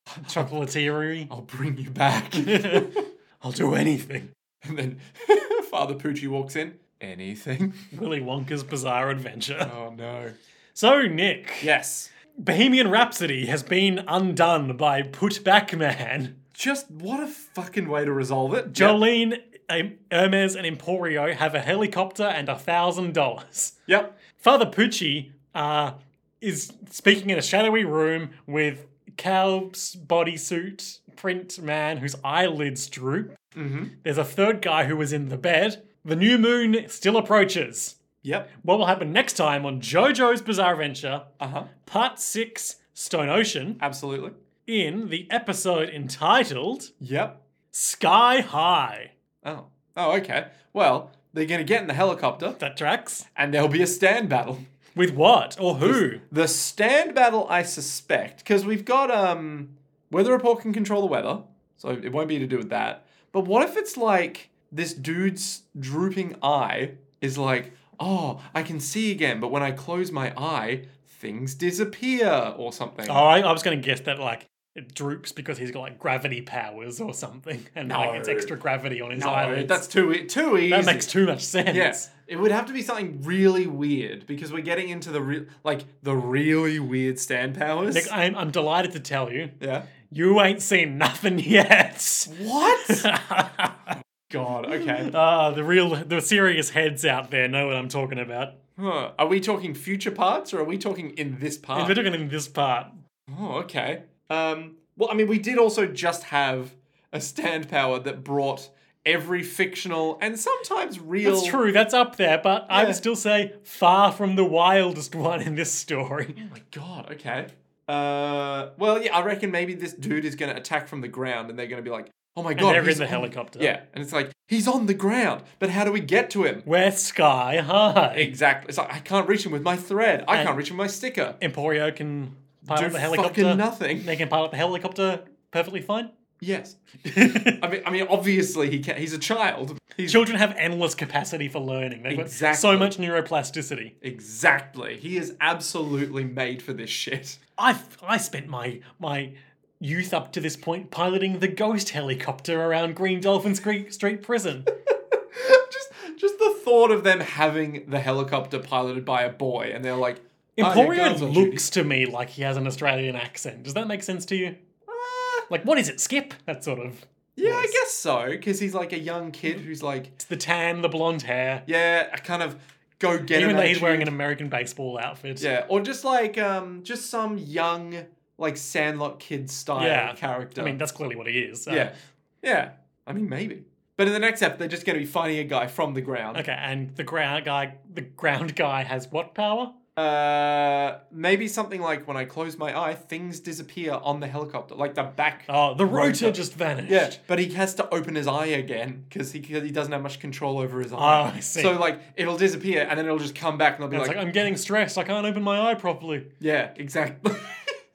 Speaker 1: chocolaterie.
Speaker 2: I'll bring you back.
Speaker 1: I'll do anything.
Speaker 2: and then Father Poochie walks in. Anything?
Speaker 1: Willy Wonka's Bizarre Adventure.
Speaker 2: Oh no.
Speaker 1: So, Nick.
Speaker 2: Yes.
Speaker 1: Bohemian Rhapsody has been undone by Putback Man.
Speaker 2: Just what a fucking way to resolve it.
Speaker 1: Jolene, um, Hermes, and Emporio have a helicopter and a thousand dollars.
Speaker 2: Yep. yep.
Speaker 1: Father Pucci uh, is speaking in a shadowy room with Calb's bodysuit print man whose eyelids droop.
Speaker 2: Mhm.
Speaker 1: There's a third guy who was in the bed. The new moon still approaches.
Speaker 2: Yep.
Speaker 1: What will happen next time on JoJo's Bizarre Adventure,
Speaker 2: Uh huh.
Speaker 1: Part 6 Stone Ocean,
Speaker 2: Absolutely.
Speaker 1: in the episode entitled
Speaker 2: Yep.
Speaker 1: Sky High.
Speaker 2: Oh. Oh, okay. Well, they're gonna get in the helicopter
Speaker 1: That tracks?
Speaker 2: and there'll be a stand battle.
Speaker 1: With what or who?
Speaker 2: The stand battle, I suspect, because we've got um weather report can control the weather, so it won't be to do with that. But what if it's like this dude's drooping eye is like, oh, I can see again, but when I close my eye, things disappear or something.
Speaker 1: Oh, I, I was going to guess that, like, it droops because he's got, like, gravity powers or something. And, like, it's
Speaker 2: No.
Speaker 1: extra gravity on his
Speaker 2: no,
Speaker 1: eyelids.
Speaker 2: that's too e- too easy.
Speaker 1: that makes too much sense.
Speaker 2: Yes, it would have to be something really weird because we're getting into the real, like the really weird stand powers.
Speaker 1: Nick, I'm, I'm delighted to tell you,
Speaker 2: yeah.
Speaker 1: you ain't seen nothing yet.
Speaker 2: What?
Speaker 1: Ah,
Speaker 2: God. Okay.
Speaker 1: the real, the serious heads out there know what I'm talking about.
Speaker 2: Huh. Are we talking future parts or are we talking in this
Speaker 1: If
Speaker 2: part?
Speaker 1: We're talking in this part.
Speaker 2: oh, okay. Um, well, I mean, we did also just have a stand power that brought every fictional and sometimes real.
Speaker 1: That's true, that's up there, but I
Speaker 2: Yeah.
Speaker 1: would still say far from the wildest one in this story.
Speaker 2: Oh my god. Okay. Uh, well, yeah, I reckon maybe this dude is going to attack from the ground and they're going to be like, oh my god.
Speaker 1: and they're
Speaker 2: he's
Speaker 1: in the
Speaker 2: on-
Speaker 1: helicopter.
Speaker 2: Yeah, and it's like he's on the ground, but how do we get to him?
Speaker 1: We're sky high.
Speaker 2: Exactly. It's like I can't reach him with my thread. I
Speaker 1: And-
Speaker 2: can't reach him with my sticker.
Speaker 1: Emporio can
Speaker 2: Do
Speaker 1: pilot the
Speaker 2: fucking
Speaker 1: helicopter.
Speaker 2: nothing.
Speaker 1: They can pilot the helicopter perfectly fine.
Speaker 2: Yes. I mean, I mean, obviously he can. He's a child. He's
Speaker 1: Children have endless capacity for learning. They've got
Speaker 2: Exactly.
Speaker 1: so much neuroplasticity.
Speaker 2: exactly. He is absolutely made for this shit.
Speaker 1: I, I spent my my youth up to this point piloting the ghost helicopter around Green Dolphin Street, Street Prison.
Speaker 2: Oh, just, just the thought of them having the helicopter piloted by a boy, and they're like, "Oh, yeah,
Speaker 1: Emporio
Speaker 2: guns on duty."
Speaker 1: looks to me like he has an Australian accent. Does that make sense to you?
Speaker 2: Ah,
Speaker 1: Like, what is it, Skip? That sort of.
Speaker 2: yeah, I
Speaker 1: voice.
Speaker 2: guess so, because he's like a young kid who's like,
Speaker 1: It's the tan, the blonde hair.
Speaker 2: yeah, a kind of go get
Speaker 1: Even though he's wearing an American baseball outfit.
Speaker 2: yeah, or just like um, just some young like Sandlot kid style
Speaker 1: Yeah.
Speaker 2: character.
Speaker 1: I mean, that's clearly what he is. so-
Speaker 2: yeah, yeah. I mean, maybe. But in the next episode, they're just going to be finding a guy from the ground.
Speaker 1: Okay, and the ground guy, the ground guy has what power?
Speaker 2: Uh, maybe something like when I close my eye, things disappear on the helicopter, like the back.
Speaker 1: Oh, the rotor,
Speaker 2: Rotor.
Speaker 1: just vanished.
Speaker 2: Yeah, but he has to open his eye again because he he doesn't have much control over his eye.
Speaker 1: Oh, I see.
Speaker 2: So like it'll disappear and then it'll just come back and they'll be
Speaker 1: And it's
Speaker 2: like,
Speaker 1: like, I'm getting stressed. I can't open my eye properly.
Speaker 2: yeah, exactly.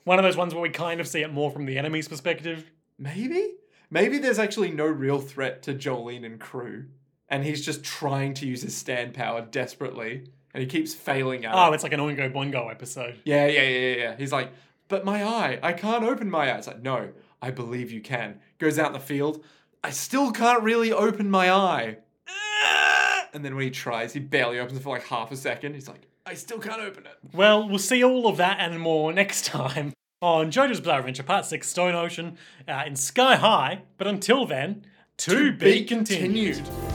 Speaker 1: One of those ones where we kind of see it more from the enemy's perspective.
Speaker 2: Maybe? Maybe there's actually no real threat to Jolene and crew, and he's just trying to use his stand power desperately, and he keeps failing at
Speaker 1: Oh,
Speaker 2: it.
Speaker 1: it's like an Oingo Boingo episode.
Speaker 2: Yeah, yeah, yeah, yeah, yeah. He's like, but my eye, I can't open my eye. It's like, no, I believe you can. Goes out in the field, I still can't really open my eye. And then when he tries, he barely opens it for like half a second. He's like, I still can't open it.
Speaker 1: Well, we'll see all of that and more next time on JoJo's Bizarre Adventure Part 6 Stone Ocean uh, in Sky High. But until then, to, be continued.
Speaker 2: continued.